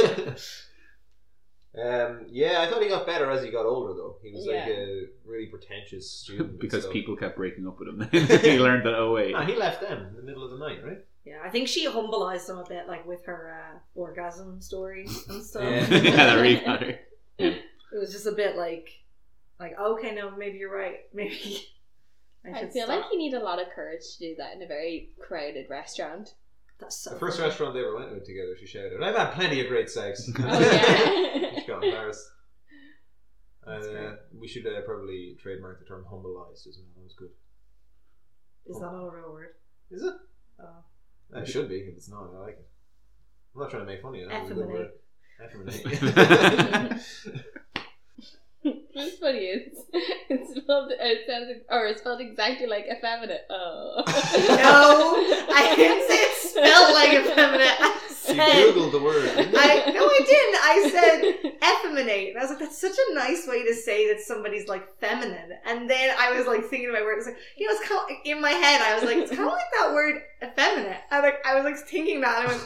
Speaker 1: um, yeah, I thought he got better as he got older, though. He was like
Speaker 2: Yeah.
Speaker 1: a really pretentious student and
Speaker 3: because
Speaker 1: stuff.
Speaker 3: people kept breaking up with him. he learned that, oh, wait.
Speaker 1: No, he left them in the middle of the night, right?
Speaker 4: yeah, I think she humbleized him a bit, like with her uh, orgasm stories and stuff.
Speaker 1: Yeah.
Speaker 3: yeah, that really got her.
Speaker 4: It was just a bit like, like okay, no, maybe you're right. Maybe I
Speaker 2: I
Speaker 4: should
Speaker 2: feel
Speaker 4: stop.
Speaker 2: like you need a lot of courage to do that in a very crowded restaurant.
Speaker 4: That's so
Speaker 1: The first
Speaker 4: funny.
Speaker 1: restaurant they ever went to together, she shouted, I've had plenty of great sex.
Speaker 2: Oh
Speaker 1: she
Speaker 2: yeah.
Speaker 1: got embarrassed. And,
Speaker 4: That's
Speaker 1: uh,
Speaker 4: great.
Speaker 1: we should uh, probably trademark the term humbleized as well. That was good.
Speaker 4: Is that not a real word?
Speaker 1: Is it?
Speaker 4: Oh.
Speaker 1: Uh, It should be. If it's not, I like it. I'm not trying to make fun of you. That was a good word.
Speaker 4: Effeminate.
Speaker 1: Effeminate.
Speaker 2: What's funny is it's spelled it sounds or it's spelled exactly like effeminate. Oh
Speaker 4: No, I didn't say it smelled like effeminate. I
Speaker 1: you
Speaker 4: said
Speaker 1: googled the word. didn't you?
Speaker 4: I no, I didn't. I said effeminate, and I was like, that's such a nice way to say that somebody's like feminine. And then I was like thinking of my word. I was like, you know, it's kind of in my head. I was like, it's kind of like that word effeminate. I like I was like thinking that. And I went,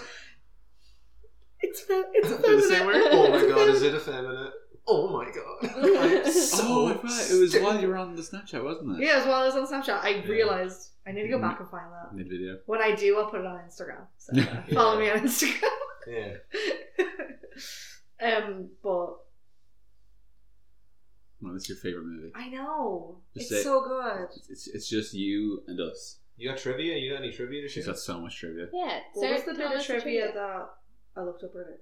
Speaker 4: it's fe- it's
Speaker 1: They're the same word.
Speaker 4: effeminate.
Speaker 1: Oh my god, is it effeminate? Oh my god. I'm so
Speaker 3: oh, I forgot. It was
Speaker 1: stupid.
Speaker 3: while you were on the Snapchat, wasn't it?
Speaker 4: Yeah, as well as on Snapchat, I
Speaker 1: Yeah.
Speaker 4: realized I need to
Speaker 3: Mm-hmm.
Speaker 4: go back and find that.
Speaker 3: Mid video.
Speaker 4: When I do, I'll put it on Instagram. So uh, follow me on Instagram.
Speaker 1: Yeah.
Speaker 4: um, but
Speaker 3: Well, that's your favorite movie.
Speaker 4: I know
Speaker 3: Just
Speaker 4: it's
Speaker 3: say-
Speaker 4: so good.
Speaker 3: It's, it's, it's just you and us.
Speaker 1: You got trivia? You got any trivia to
Speaker 3: She's
Speaker 1: share?
Speaker 3: got so much trivia.
Speaker 2: Yeah,
Speaker 4: What was
Speaker 2: Sarah's
Speaker 4: the
Speaker 2: not
Speaker 4: bit of
Speaker 2: much
Speaker 4: trivia that I looked up earlier?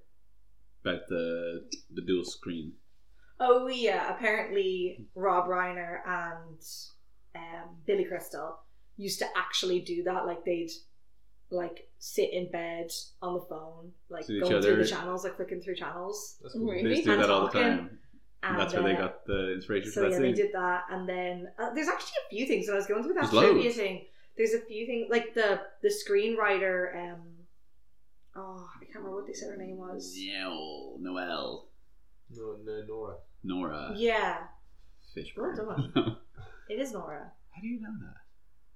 Speaker 3: About the the dual screen.
Speaker 4: Oh yeah, apparently Rob Reiner and um, Billy Crystal used to actually do that. Like they'd like sit in bed on the phone, like
Speaker 3: To each
Speaker 4: going
Speaker 3: other.
Speaker 4: through the channels, like flicking through channels.
Speaker 1: That's cool.
Speaker 2: Right.
Speaker 3: They just do
Speaker 4: And
Speaker 3: that all the
Speaker 4: talking.
Speaker 3: time. And that's where
Speaker 4: uh,
Speaker 3: they got the inspiration
Speaker 4: So
Speaker 3: for that
Speaker 4: yeah,
Speaker 3: scene.
Speaker 4: they did that, and then uh, there's actually a few things. When I was going through that
Speaker 3: There's
Speaker 4: trivia
Speaker 3: loads.
Speaker 4: thing, there's a few things like the the screenwriter. um Oh, I can't remember what they said her name was.
Speaker 3: Noel, Noel,
Speaker 1: No, no, Nora.
Speaker 3: Nora,
Speaker 4: Yeah,
Speaker 3: Fishburne.
Speaker 4: Well
Speaker 3: How
Speaker 4: it is Nora.
Speaker 3: do you know that?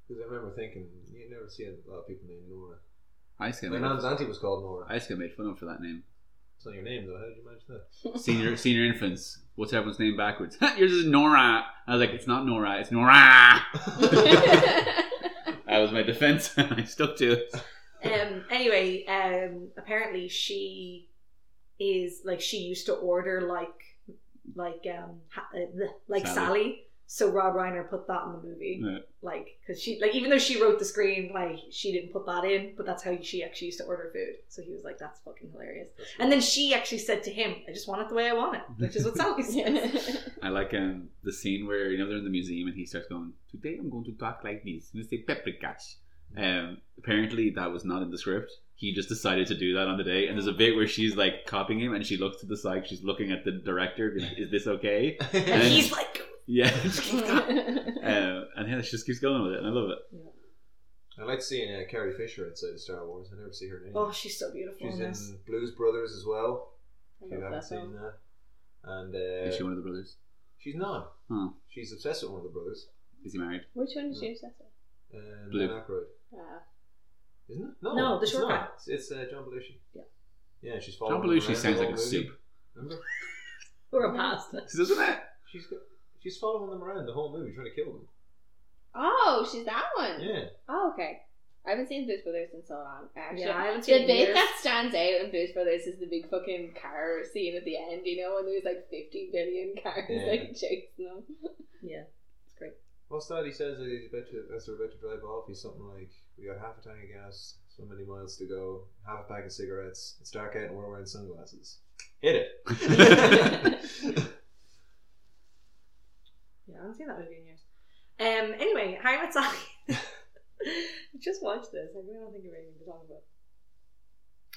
Speaker 1: Because I remember thinking, you never see a lot of people named Nora.
Speaker 3: I just get
Speaker 1: My
Speaker 3: made,
Speaker 1: nan's auntie was called Nora.
Speaker 3: I just get made fun of for that name.
Speaker 1: It's not your name though. How did you manage that?
Speaker 3: Senior senior infants. What's everyone's name backwards? Yours is Nora. I was like, it's not Nora, it's Nora. That was my defense, and I stuck to it.
Speaker 4: Um. Anyway, um. Apparently, she is like she used to order like like um ha- uh, bleh, like Sally.
Speaker 3: Sally.
Speaker 4: So Rob Reiner put that in the movie,
Speaker 3: Yeah.
Speaker 4: like because she like even though she wrote the screenplay, she didn't put that in, but that's how she actually used to order food. So he was like, "That's fucking hilarious." And then she actually said to him, "I just want it the way I want it," which is what Sally said.
Speaker 3: I like um, the scene where you know they're in the museum and he starts going, "Today I'm going to talk like this." And they say paprikash. Um, apparently that was not in the script. He just decided to do that on the day. And there's a bit where she's like copying him, and she looks to the side. She's looking at the director. being Like, Is this okay?
Speaker 4: and
Speaker 3: then-
Speaker 4: he's like,
Speaker 3: Yeah. um, and yeah, she just keeps going with it, and I love it.
Speaker 1: I like seeing uh, Carrie Fisher inside of Star Wars. I never see her name.
Speaker 4: "Oh, she's so beautiful."
Speaker 1: She's
Speaker 4: in
Speaker 1: in
Speaker 4: this.
Speaker 1: Blues Brothers as well. If you
Speaker 2: I love
Speaker 1: haven't
Speaker 2: that
Speaker 1: seen
Speaker 2: film.
Speaker 1: that. And
Speaker 3: Is
Speaker 1: uh,
Speaker 3: she one of the brothers?
Speaker 1: she's not.
Speaker 3: Oh.
Speaker 1: She's obsessed with one of the brothers.
Speaker 3: Is he married?
Speaker 2: Which one is your sister?
Speaker 1: Uh,
Speaker 3: Blue.
Speaker 1: Dan Aykroyd.
Speaker 2: Wow.
Speaker 1: Isn't it? No,
Speaker 4: No, the
Speaker 1: it's
Speaker 4: short
Speaker 1: not.
Speaker 4: guy.
Speaker 1: It's, it's uh, John Belushi.
Speaker 4: Yeah.
Speaker 1: Yeah, she's
Speaker 3: John
Speaker 1: following. him around
Speaker 3: Belushi
Speaker 1: the
Speaker 3: sounds like
Speaker 1: whole
Speaker 3: a
Speaker 1: movie.
Speaker 3: soup.
Speaker 1: Remember?
Speaker 4: We're past it.
Speaker 3: Doesn't it?
Speaker 1: She's got, she's following them around the whole movie, trying to kill them.
Speaker 2: Oh, she's that one.
Speaker 1: Yeah.
Speaker 2: Oh, okay. I haven't seen Blues Brothers in so long. Actually,
Speaker 4: Yeah, I haven't seen
Speaker 2: the
Speaker 4: it in
Speaker 2: bit
Speaker 4: years.
Speaker 2: that stands out in Blues Brothers is the big fucking car scene at the end. You know, when there's like fifty billion cars
Speaker 1: Yeah.
Speaker 2: like chasing them.
Speaker 4: Yeah, it's great.
Speaker 1: What's that? He says that he's about to, as they're about to drive off, he's something like, "We got half a tank of gas, so many miles to go, half a pack of cigarettes. It's dark out, and we're wearing sunglasses. Hit it."
Speaker 4: Yeah, I haven't seen that movie in years. Um. Anyway, Harry Met Sally. Just watch this. I really don't think you're anything to talk about.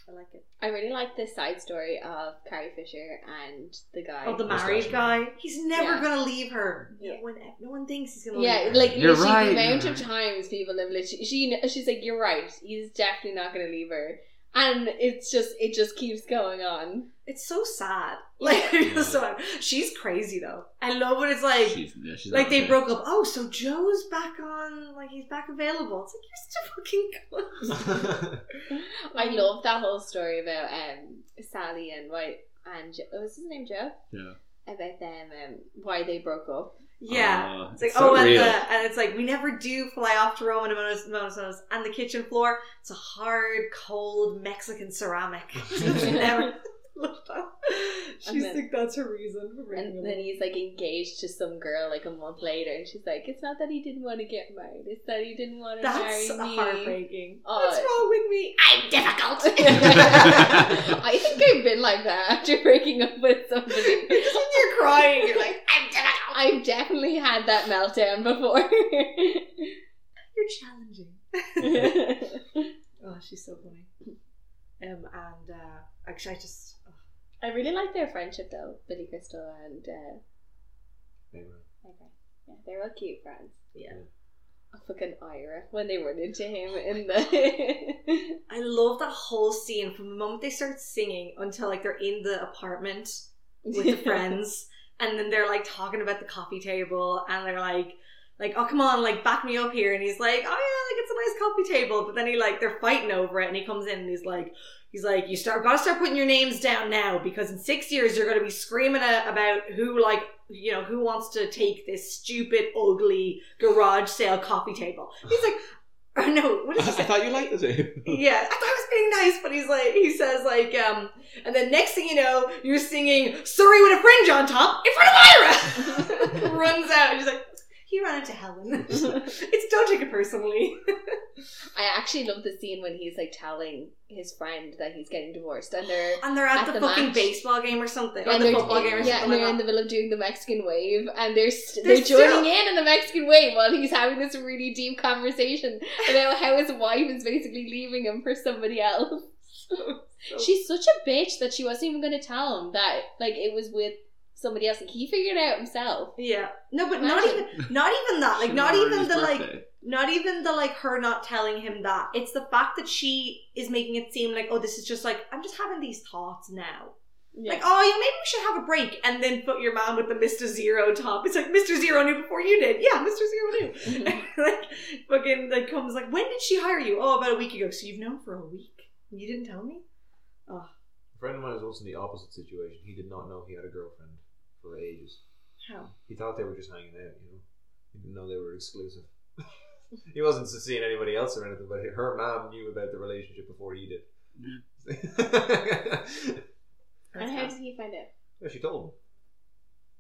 Speaker 4: I like it.
Speaker 2: I really like this side story of Carrie Fisher and the guy.
Speaker 4: Oh, the
Speaker 1: mustache
Speaker 4: married
Speaker 1: man.
Speaker 4: guy. He's never
Speaker 2: Yeah.
Speaker 4: gonna leave her.
Speaker 2: Yeah.
Speaker 4: No one. e, No one thinks he's gonna.
Speaker 2: yeah,
Speaker 4: leave her.
Speaker 2: like
Speaker 3: You're
Speaker 2: literally
Speaker 3: right,
Speaker 2: the amount
Speaker 3: you're
Speaker 2: of
Speaker 3: right.
Speaker 2: times people have literally she kn- she's like you're right. He's definitely not going to leave her, and it's just it just keeps going on.
Speaker 4: it's so sad. Like it's so sad. she's crazy though. I love when it's like.
Speaker 3: She's, yeah, she's
Speaker 4: like
Speaker 3: not
Speaker 4: they
Speaker 3: okay.
Speaker 4: broke up. Oh, so Joe's back on. Like he's back available. It's like you're such a fucking. cunt.
Speaker 2: I love that whole story about um Sally and why and Jo- what was his name Joe
Speaker 3: Yeah.
Speaker 2: about them um why they broke up.
Speaker 4: yeah.
Speaker 3: Uh,
Speaker 4: It's like,
Speaker 3: so
Speaker 4: oh, and,
Speaker 3: real.
Speaker 4: the, and it's like, we never do fly off to Rome and Monos, Monos, Monos. And the kitchen floor, it's a hard, cold Mexican ceramic. never. She's
Speaker 2: then-
Speaker 4: like, that's her reason for breaking
Speaker 2: And
Speaker 4: up.
Speaker 2: then he's like engaged to some girl like a month later, and she's like, "It's not that he didn't want to get married; it's that he didn't want to marry
Speaker 4: That's
Speaker 2: me."
Speaker 4: heartbreaking.
Speaker 2: Oh,
Speaker 4: What's
Speaker 2: it-
Speaker 4: wrong with me? I'm difficult.
Speaker 2: I think I've been like that after breaking up with somebody.
Speaker 4: You're crying. You're like, I'm difficult.
Speaker 2: I've definitely had that meltdown before.
Speaker 4: You're challenging. oh, she's so funny. Um, and uh, actually, I just. oh,
Speaker 2: I really like their friendship though, Billy Crystal and uh,
Speaker 1: Anyway,
Speaker 2: okay. yeah, they're all cute friends.
Speaker 4: yeah.
Speaker 2: Oh, fucking Ira when they run into him in the
Speaker 4: I love that whole scene from the moment they start singing until like they're in the apartment with the friends and then they're like talking about the coffee table and they're like like oh come on like back me up here and he's like oh yeah like it's a nice coffee table but then he like they're fighting over it and he comes in and he's like he's like you start gotta start putting your names down now because in six years you're gonna be screaming a- about who like you know who wants to take this stupid ugly garage sale coffee table he's like or no what is he say?
Speaker 3: thought you liked it.
Speaker 4: Yeah, I thought I was being nice, but he's like, he says like, um, and then next thing you know, you're singing Surrey with a fringe on top in front of Ira. Runs out, and she's like, he ran into Helen. it's don't take it personally.
Speaker 2: I actually love the scene when he's like telling his friend that he's getting divorced, and they're
Speaker 4: And they're at,
Speaker 2: At the
Speaker 4: the, fucking
Speaker 2: match.
Speaker 4: baseball game or something, or
Speaker 2: and
Speaker 4: the
Speaker 2: they're-
Speaker 4: football game or
Speaker 2: yeah, and
Speaker 4: something
Speaker 2: they're
Speaker 4: like
Speaker 2: in the
Speaker 4: that.
Speaker 2: middle of doing the Mexican wave, and they're st-
Speaker 4: They're
Speaker 2: they're,
Speaker 4: still-
Speaker 2: joining in in the Mexican wave while he's having this really deep conversation about how his wife is basically leaving him for somebody else. She's such a bitch that she wasn't even going to tell him that like it was with somebody else. Like he figured it out himself.
Speaker 4: yeah, no, but not
Speaker 2: Imagine.
Speaker 4: even, not even that. Like,
Speaker 3: She
Speaker 4: not
Speaker 3: remembered
Speaker 4: even
Speaker 3: his
Speaker 4: the like,
Speaker 3: birthday.
Speaker 4: not even the like her not telling him that. It's the fact that she is making it seem like, oh, this is just like I'm just having these thoughts now. Like, oh, yeah, maybe we should have a break, and then put your mom with the Mister Zero top. It's like Mister Zero knew before you did. Yeah, Mister Zero knew.
Speaker 2: Yeah.
Speaker 4: like fucking like comes like when did she hire you oh about a week ago so you've known for a week you didn't tell me
Speaker 1: A friend of mine was also in the opposite situation. He did not know he had a girlfriend for ages.
Speaker 4: how
Speaker 1: He thought they were just hanging out, you know. He didn't know they were exclusive. he wasn't seeing anybody else or anything, but her mom knew about the relationship before he did.
Speaker 2: and how did he find out?
Speaker 1: Yeah, she told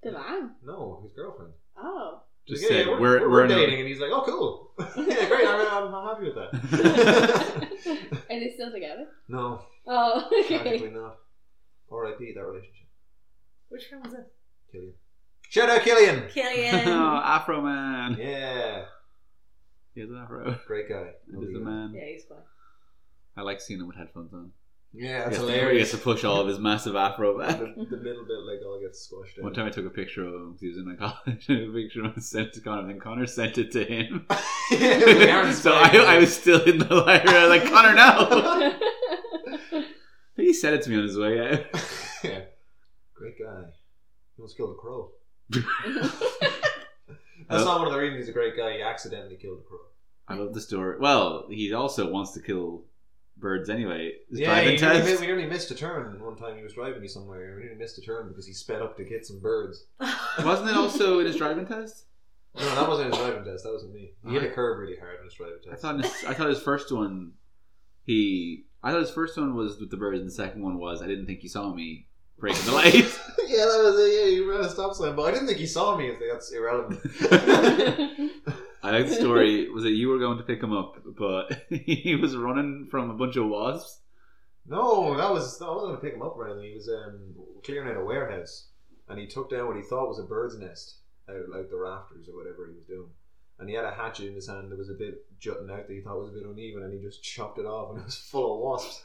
Speaker 1: him.
Speaker 2: The mom.
Speaker 1: No, his girlfriend.
Speaker 2: Oh.
Speaker 3: Just
Speaker 1: Like, yeah,
Speaker 3: said,
Speaker 1: yeah,
Speaker 3: we're-
Speaker 1: we're,
Speaker 3: we're in a-
Speaker 1: dating, and he's like, oh, cool. yeah, great. I'm, I'm, I'm happy with that.
Speaker 2: Are they still together?
Speaker 1: no,
Speaker 2: Oh,
Speaker 1: tragically
Speaker 2: okay.
Speaker 1: not. R.I.P. That relationship.
Speaker 4: which one was it
Speaker 1: Killian. Shout out Killian.
Speaker 3: oh,
Speaker 4: Killian
Speaker 3: Afro Man.
Speaker 1: Yeah,
Speaker 3: He has an Afro.
Speaker 1: great guy.
Speaker 3: It is a man.
Speaker 4: yeah he's fine
Speaker 3: I like seeing him with headphones on.
Speaker 1: Yeah, that's
Speaker 3: He has to- He has
Speaker 1: hilarious.
Speaker 3: to push all of his massive Afro back.
Speaker 1: the, the middle bit like all gets squashed
Speaker 3: One
Speaker 1: out.
Speaker 3: time I took a picture of him because he was in my college. I took a picture of him and sent it to Connor, and then Connor sent it to him.
Speaker 1: We aren't
Speaker 3: so I, I was still in the library. I was like, Connor, no! he said it to me on his way out.
Speaker 1: yeah. Great guy. He almost killed a crow. That's
Speaker 3: Oh.
Speaker 1: not one of the reasons he's a great guy. He accidentally killed a crow.
Speaker 3: I love the story. Well, he also wants to kill birds anyway. His
Speaker 1: yeah,
Speaker 3: driving
Speaker 1: he
Speaker 3: test.
Speaker 1: Nearly, we nearly missed a turn one time. He was driving me somewhere. We nearly missed a turn because he sped up to get some birds.
Speaker 3: Wasn't it also in his driving test?
Speaker 1: No, that wasn't his driving test. That wasn't me. He hit a curb really hard on his driving
Speaker 3: I
Speaker 1: test.
Speaker 3: thought his, I thought his first one, he. I thought his first one was with the birds, and the second one was I didn't think you saw me breaking the light.
Speaker 1: yeah, that was it. Yeah, you ran a stop sign, but I didn't think he saw me. I think That's irrelevant.
Speaker 3: I like the story. Was it you were going to pick him up, but he was running from a bunch of wasps.
Speaker 1: No, that was I wasn't gonna pick him up or anything. He was um, clearing out a warehouse, and he took down what he thought was a bird's nest out like the rafters or whatever he was doing. And he had a hatchet in his hand that was a bit jutting out that he thought was a bit uneven, and he just chopped it off, and it was full of wasps.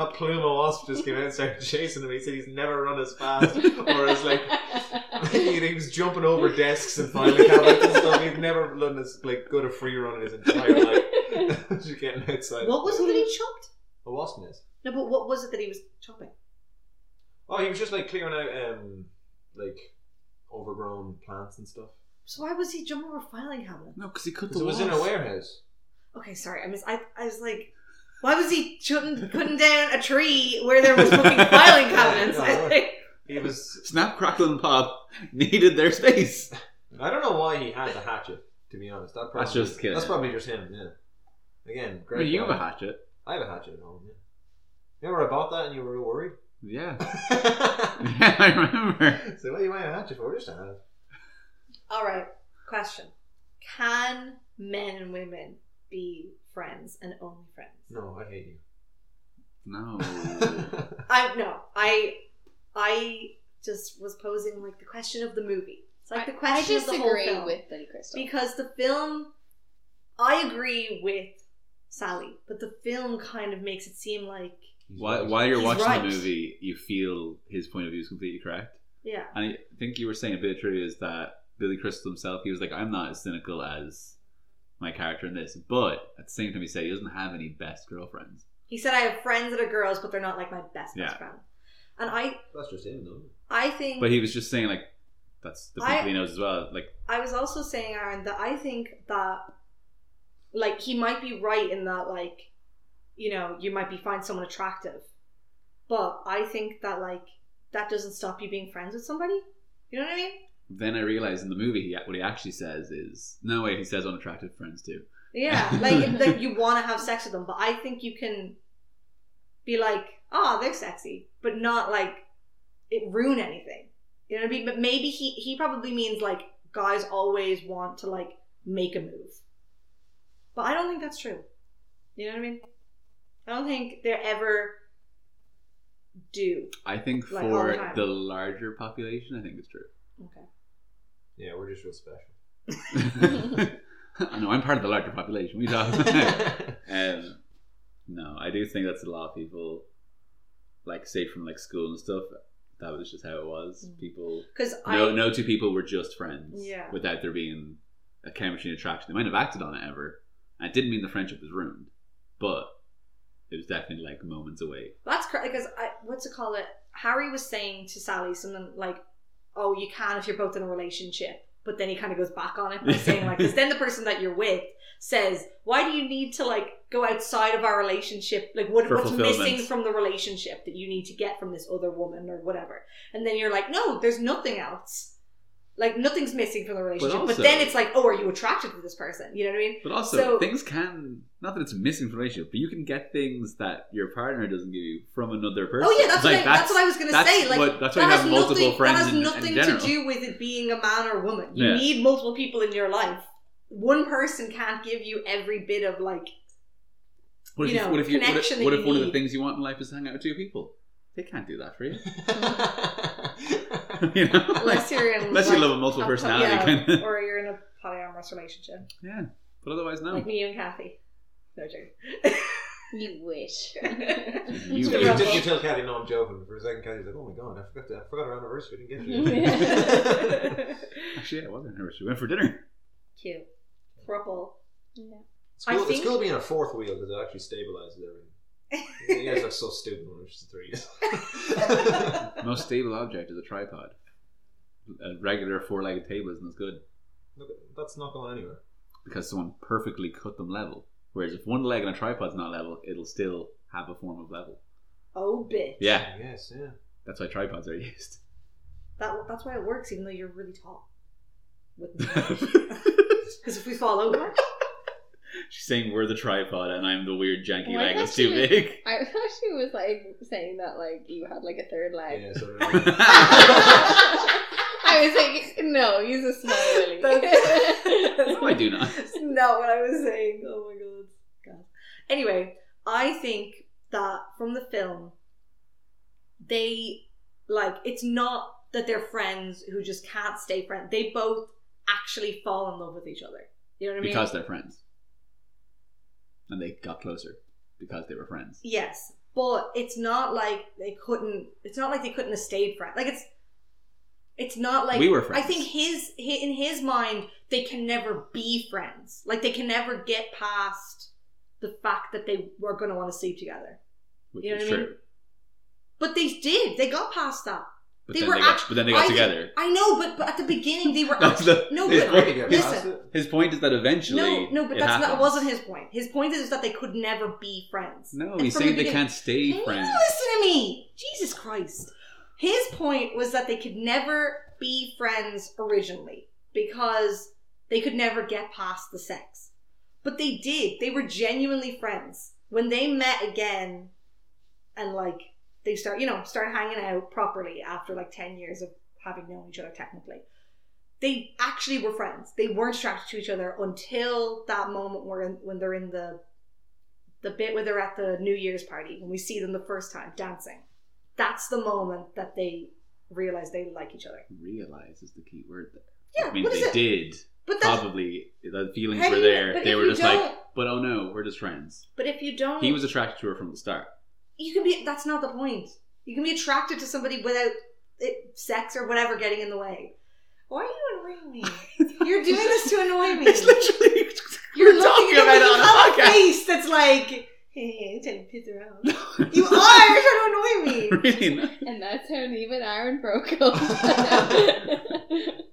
Speaker 1: a plume of wasps just came out and started chasing him. He said he's never run as fast, or as like he, he was jumping over desks and filing cabinets and stuff. He'd never run as like good a free run in his entire life. just getting outside.
Speaker 4: what was it that he chopped
Speaker 1: a wasp nest?
Speaker 4: no but what was it that he was chopping
Speaker 1: Oh, he was just like clearing out um like overgrown plants and stuff.
Speaker 4: so why was he jumping over filing cabinet
Speaker 3: No, because he cut
Speaker 1: 'Cause
Speaker 3: the
Speaker 1: it was in a
Speaker 3: wasps.
Speaker 1: warehouse.
Speaker 4: okay sorry I miss I, I was like why was he shooting, cutting down a tree where there was fucking filing cabinets
Speaker 1: Yeah,
Speaker 4: I
Speaker 1: no.
Speaker 4: think
Speaker 1: He was.
Speaker 3: Snap, crackle, and pop needed their space.
Speaker 1: I don't know why he had the hatchet. To be honest, that probably,
Speaker 3: That's just kidding.
Speaker 1: That's probably just him. Yeah. Again,
Speaker 3: I mean,
Speaker 1: great.
Speaker 3: you have
Speaker 1: guy.
Speaker 3: a hatchet.
Speaker 1: I have a hatchet at home. Yeah. Remember, I bought that and you were real worried.
Speaker 3: Yeah,
Speaker 1: so
Speaker 3: yeah, I remember.
Speaker 1: what do you want a hatchet for? Just a hand.
Speaker 4: All right, question. Can men and women be friends and only friends?
Speaker 1: No, I hate you.
Speaker 3: No,
Speaker 4: I no. I I just was posing like the question of the movie. It's like the
Speaker 2: I
Speaker 4: question of the whole
Speaker 2: disagree
Speaker 4: film.
Speaker 2: with Billy Crystal.
Speaker 4: because the film I agree with Sally, but the film kind of makes it seem like
Speaker 3: while, while you're
Speaker 4: He's
Speaker 3: watching
Speaker 4: right.
Speaker 3: the movie, you feel his point of view is completely correct.
Speaker 4: yeah.
Speaker 3: I think you were saying a bit of trivia is that Billy Crystal himself, he was like, I'm not as cynical as my character in this, but at the same time, he said he doesn't have any best girlfriends.
Speaker 4: He said I have friends that are girls, but they're not like my best
Speaker 3: Yeah.
Speaker 4: best friend. And I
Speaker 1: That's just him, though.
Speaker 4: I think
Speaker 3: But he was just saying, like, that's the people
Speaker 4: I-
Speaker 3: he knows as well. Like,
Speaker 4: I was also saying, Aaron, that I think that like he might be right in that like you know you might be find someone attractive, but I think that like that doesn't stop you being friends with somebody. You know what I mean?
Speaker 3: then I realized in the movie, he, what he actually says is, no way, he says unattractive friends too.
Speaker 4: Yeah, like like you want to have sex with them, but I think you can be like, oh, they're sexy, but not like it ruin anything. You know what I mean? But maybe he he probably means like guys always want to like make a move. But I don't think that's true. You know what I mean? I don't think they're ever due.
Speaker 3: I think
Speaker 4: Like, all the
Speaker 3: for
Speaker 4: time.
Speaker 3: the larger population, I think it's
Speaker 4: Okay.
Speaker 1: Yeah, we're just real special.
Speaker 3: true. I know I'm part of the larger population. We talk. um, no, I do think that's a lot of people, like say from like school and stuff. That was just how it was.
Speaker 4: Mm.
Speaker 3: People,
Speaker 4: Because I
Speaker 3: no, no two people were just friends.
Speaker 4: Yeah.
Speaker 3: Without there being a chemistry and attraction, they might have acted on it ever. And it didn't mean the friendship was ruined, but it was definitely like moments away.
Speaker 4: That's correct because I what's it call it? Harry was saying to Sally something like, "Oh, you can if you're both in a relationship," but then he kind of goes back on it by saying like, "Because then the person that you're with says, why do you need to like go outside of our relationship? Like, what,
Speaker 3: For
Speaker 4: what's
Speaker 3: fulfillment.
Speaker 4: missing from the relationship that you need to get from this other woman or whatever?" And then you're like, "No, there's nothing else." Like nothing's missing from the relationship, but,
Speaker 3: also-
Speaker 4: then it's like, oh, are you attracted to this person? You know what I mean?
Speaker 3: But also,
Speaker 4: So-
Speaker 3: things can not that it's missing from a relationship, but you can get things that your partner doesn't give you from another person.
Speaker 4: Oh yeah, that's,
Speaker 3: Like,
Speaker 4: what, I, that's, what I was gonna
Speaker 3: that's
Speaker 4: say. Like
Speaker 3: what- that's why
Speaker 4: that
Speaker 3: you
Speaker 4: has
Speaker 3: have multiple
Speaker 4: nothing,
Speaker 3: friends
Speaker 4: That has
Speaker 3: in- in
Speaker 4: nothing
Speaker 3: general.
Speaker 4: to do with it being a man or woman. You
Speaker 3: Yeah.
Speaker 4: need multiple people in your life. One person can't give you every bit of like.
Speaker 3: What if
Speaker 4: you
Speaker 3: you,
Speaker 4: know,
Speaker 3: what if, you, what
Speaker 4: connection
Speaker 3: if,
Speaker 4: that
Speaker 3: what
Speaker 4: you
Speaker 3: if one of the
Speaker 4: need.
Speaker 3: things you want in life is to hang out with two people? They can't do that for you. you know?
Speaker 4: Unless you're in.
Speaker 3: Unless
Speaker 4: like,
Speaker 3: you love a multiple
Speaker 4: a-
Speaker 3: personality
Speaker 4: yeah,
Speaker 3: kind of.
Speaker 4: or you're in a polyamorous relationship,
Speaker 3: Yeah. But otherwise, no.
Speaker 4: like me and Kathy. No joke.
Speaker 2: You wish.
Speaker 3: You-
Speaker 1: You,
Speaker 4: It's a
Speaker 1: you
Speaker 4: rough-
Speaker 1: just- you tell Kathy, no, I'm joking. For a second, Kathy's like, oh my god, I forgot, to, I forgot our anniversary. I didn't get you.
Speaker 3: Actually, yeah, it was an anniversary. We went for dinner.
Speaker 4: Cute. Thruple.
Speaker 2: No.
Speaker 1: It's
Speaker 4: I
Speaker 1: cool, it's
Speaker 4: think-
Speaker 1: cool being a fourth wheel because it actually stabilizes everything. you guys look so stupid when it's just three.
Speaker 3: Most stable object is a tripod. A regular four legged table isn't as good
Speaker 1: Look, that's not going anywhere.
Speaker 3: because someone perfectly cut them level. Whereas if one leg on a tripod's not level, it'll still have a form of level.
Speaker 4: Oh bitch.
Speaker 3: Yeah.
Speaker 1: Yes, yeah.
Speaker 3: That's why tripods are used.
Speaker 4: That, that's why it works, even though you're really tall.
Speaker 3: She's
Speaker 4: Because if we fall over,
Speaker 3: saying we're the tripod and I'm the weird janky
Speaker 2: Why
Speaker 3: leg
Speaker 2: can't
Speaker 3: that's too
Speaker 2: you-
Speaker 3: big.
Speaker 2: I thought she was like saying that like you had like a third leg.
Speaker 1: Yeah, so
Speaker 2: I was like, no, he's a small Willy.
Speaker 4: That's-
Speaker 3: no, I do not.
Speaker 4: That's not what I was saying. Oh my god. god. Anyway, I think that from the film, they like it's not that they're friends who just can't stay friends. They both actually fall in love with each other. You know what I mean?
Speaker 3: because they're friends. And they got closer because they were friends.
Speaker 4: yes, but it's not like they couldn't. It's not like they couldn't have stayed friends. Like it's. It's not like
Speaker 3: we were friends.
Speaker 4: I think his, hi in his mind they can never be friends. Like they can never get past the fact that they were going to want to sleep together.
Speaker 3: which
Speaker 4: you know
Speaker 3: is
Speaker 4: what I mean?
Speaker 3: true.
Speaker 4: But they did. They got past that.
Speaker 3: But
Speaker 4: They
Speaker 3: then
Speaker 4: were
Speaker 3: they got,
Speaker 4: act-
Speaker 3: but then they got
Speaker 4: I think-
Speaker 3: together.
Speaker 4: I know, but, but at the beginning they were
Speaker 3: That's the-
Speaker 4: actually, no,
Speaker 3: his,
Speaker 4: but-
Speaker 1: They can get
Speaker 3: point, his-
Speaker 1: past it.
Speaker 3: his point is that eventually
Speaker 4: no, no. But
Speaker 3: it
Speaker 4: that's
Speaker 3: happens.
Speaker 4: not wasn't his point. His point is that they could never be friends.
Speaker 3: No,
Speaker 4: And
Speaker 3: he's
Speaker 4: from
Speaker 3: saying
Speaker 4: the
Speaker 3: they can't stay
Speaker 4: Can
Speaker 3: friends.
Speaker 4: You listen to me. Jesus Christ. His point was that they could never be friends originally because they could never get past the sex. But they did. They were genuinely friends. When they met again and like they start, you know, start hanging out properly after like 10 years of having known each other technically. They actually were friends. They weren't attracted to each other until that moment where when they're in the the bit where they're at the New Year's party when we see them the first time dancing. That's the moment that they realize they like each other.
Speaker 3: Realize is the key word there.
Speaker 4: Yeah,
Speaker 3: it means
Speaker 4: what
Speaker 3: they
Speaker 4: is it?
Speaker 3: did.
Speaker 4: But that's
Speaker 3: Probably the feelings
Speaker 4: how
Speaker 3: were
Speaker 4: do you-
Speaker 3: there.
Speaker 4: but
Speaker 3: they
Speaker 4: if
Speaker 3: were
Speaker 4: you
Speaker 3: just
Speaker 4: don't-
Speaker 3: like, but oh no, we're just friends.
Speaker 4: But if you don't,
Speaker 3: He was attracted to her from the start.
Speaker 4: you can be. That's not the point. You can be attracted to somebody without it, sex or whatever getting in the way. Why are you annoying me? You're doing this to annoy me.
Speaker 3: It's literally
Speaker 4: You're
Speaker 3: we're
Speaker 4: looking
Speaker 3: talking
Speaker 4: at
Speaker 3: about
Speaker 4: me
Speaker 3: it on a
Speaker 4: with a
Speaker 3: podcast.
Speaker 4: face that's like, hey, I'm trying to piss her off. You are trying to annoy me.
Speaker 3: really not.
Speaker 2: and that's how Neve and Aaron broke up.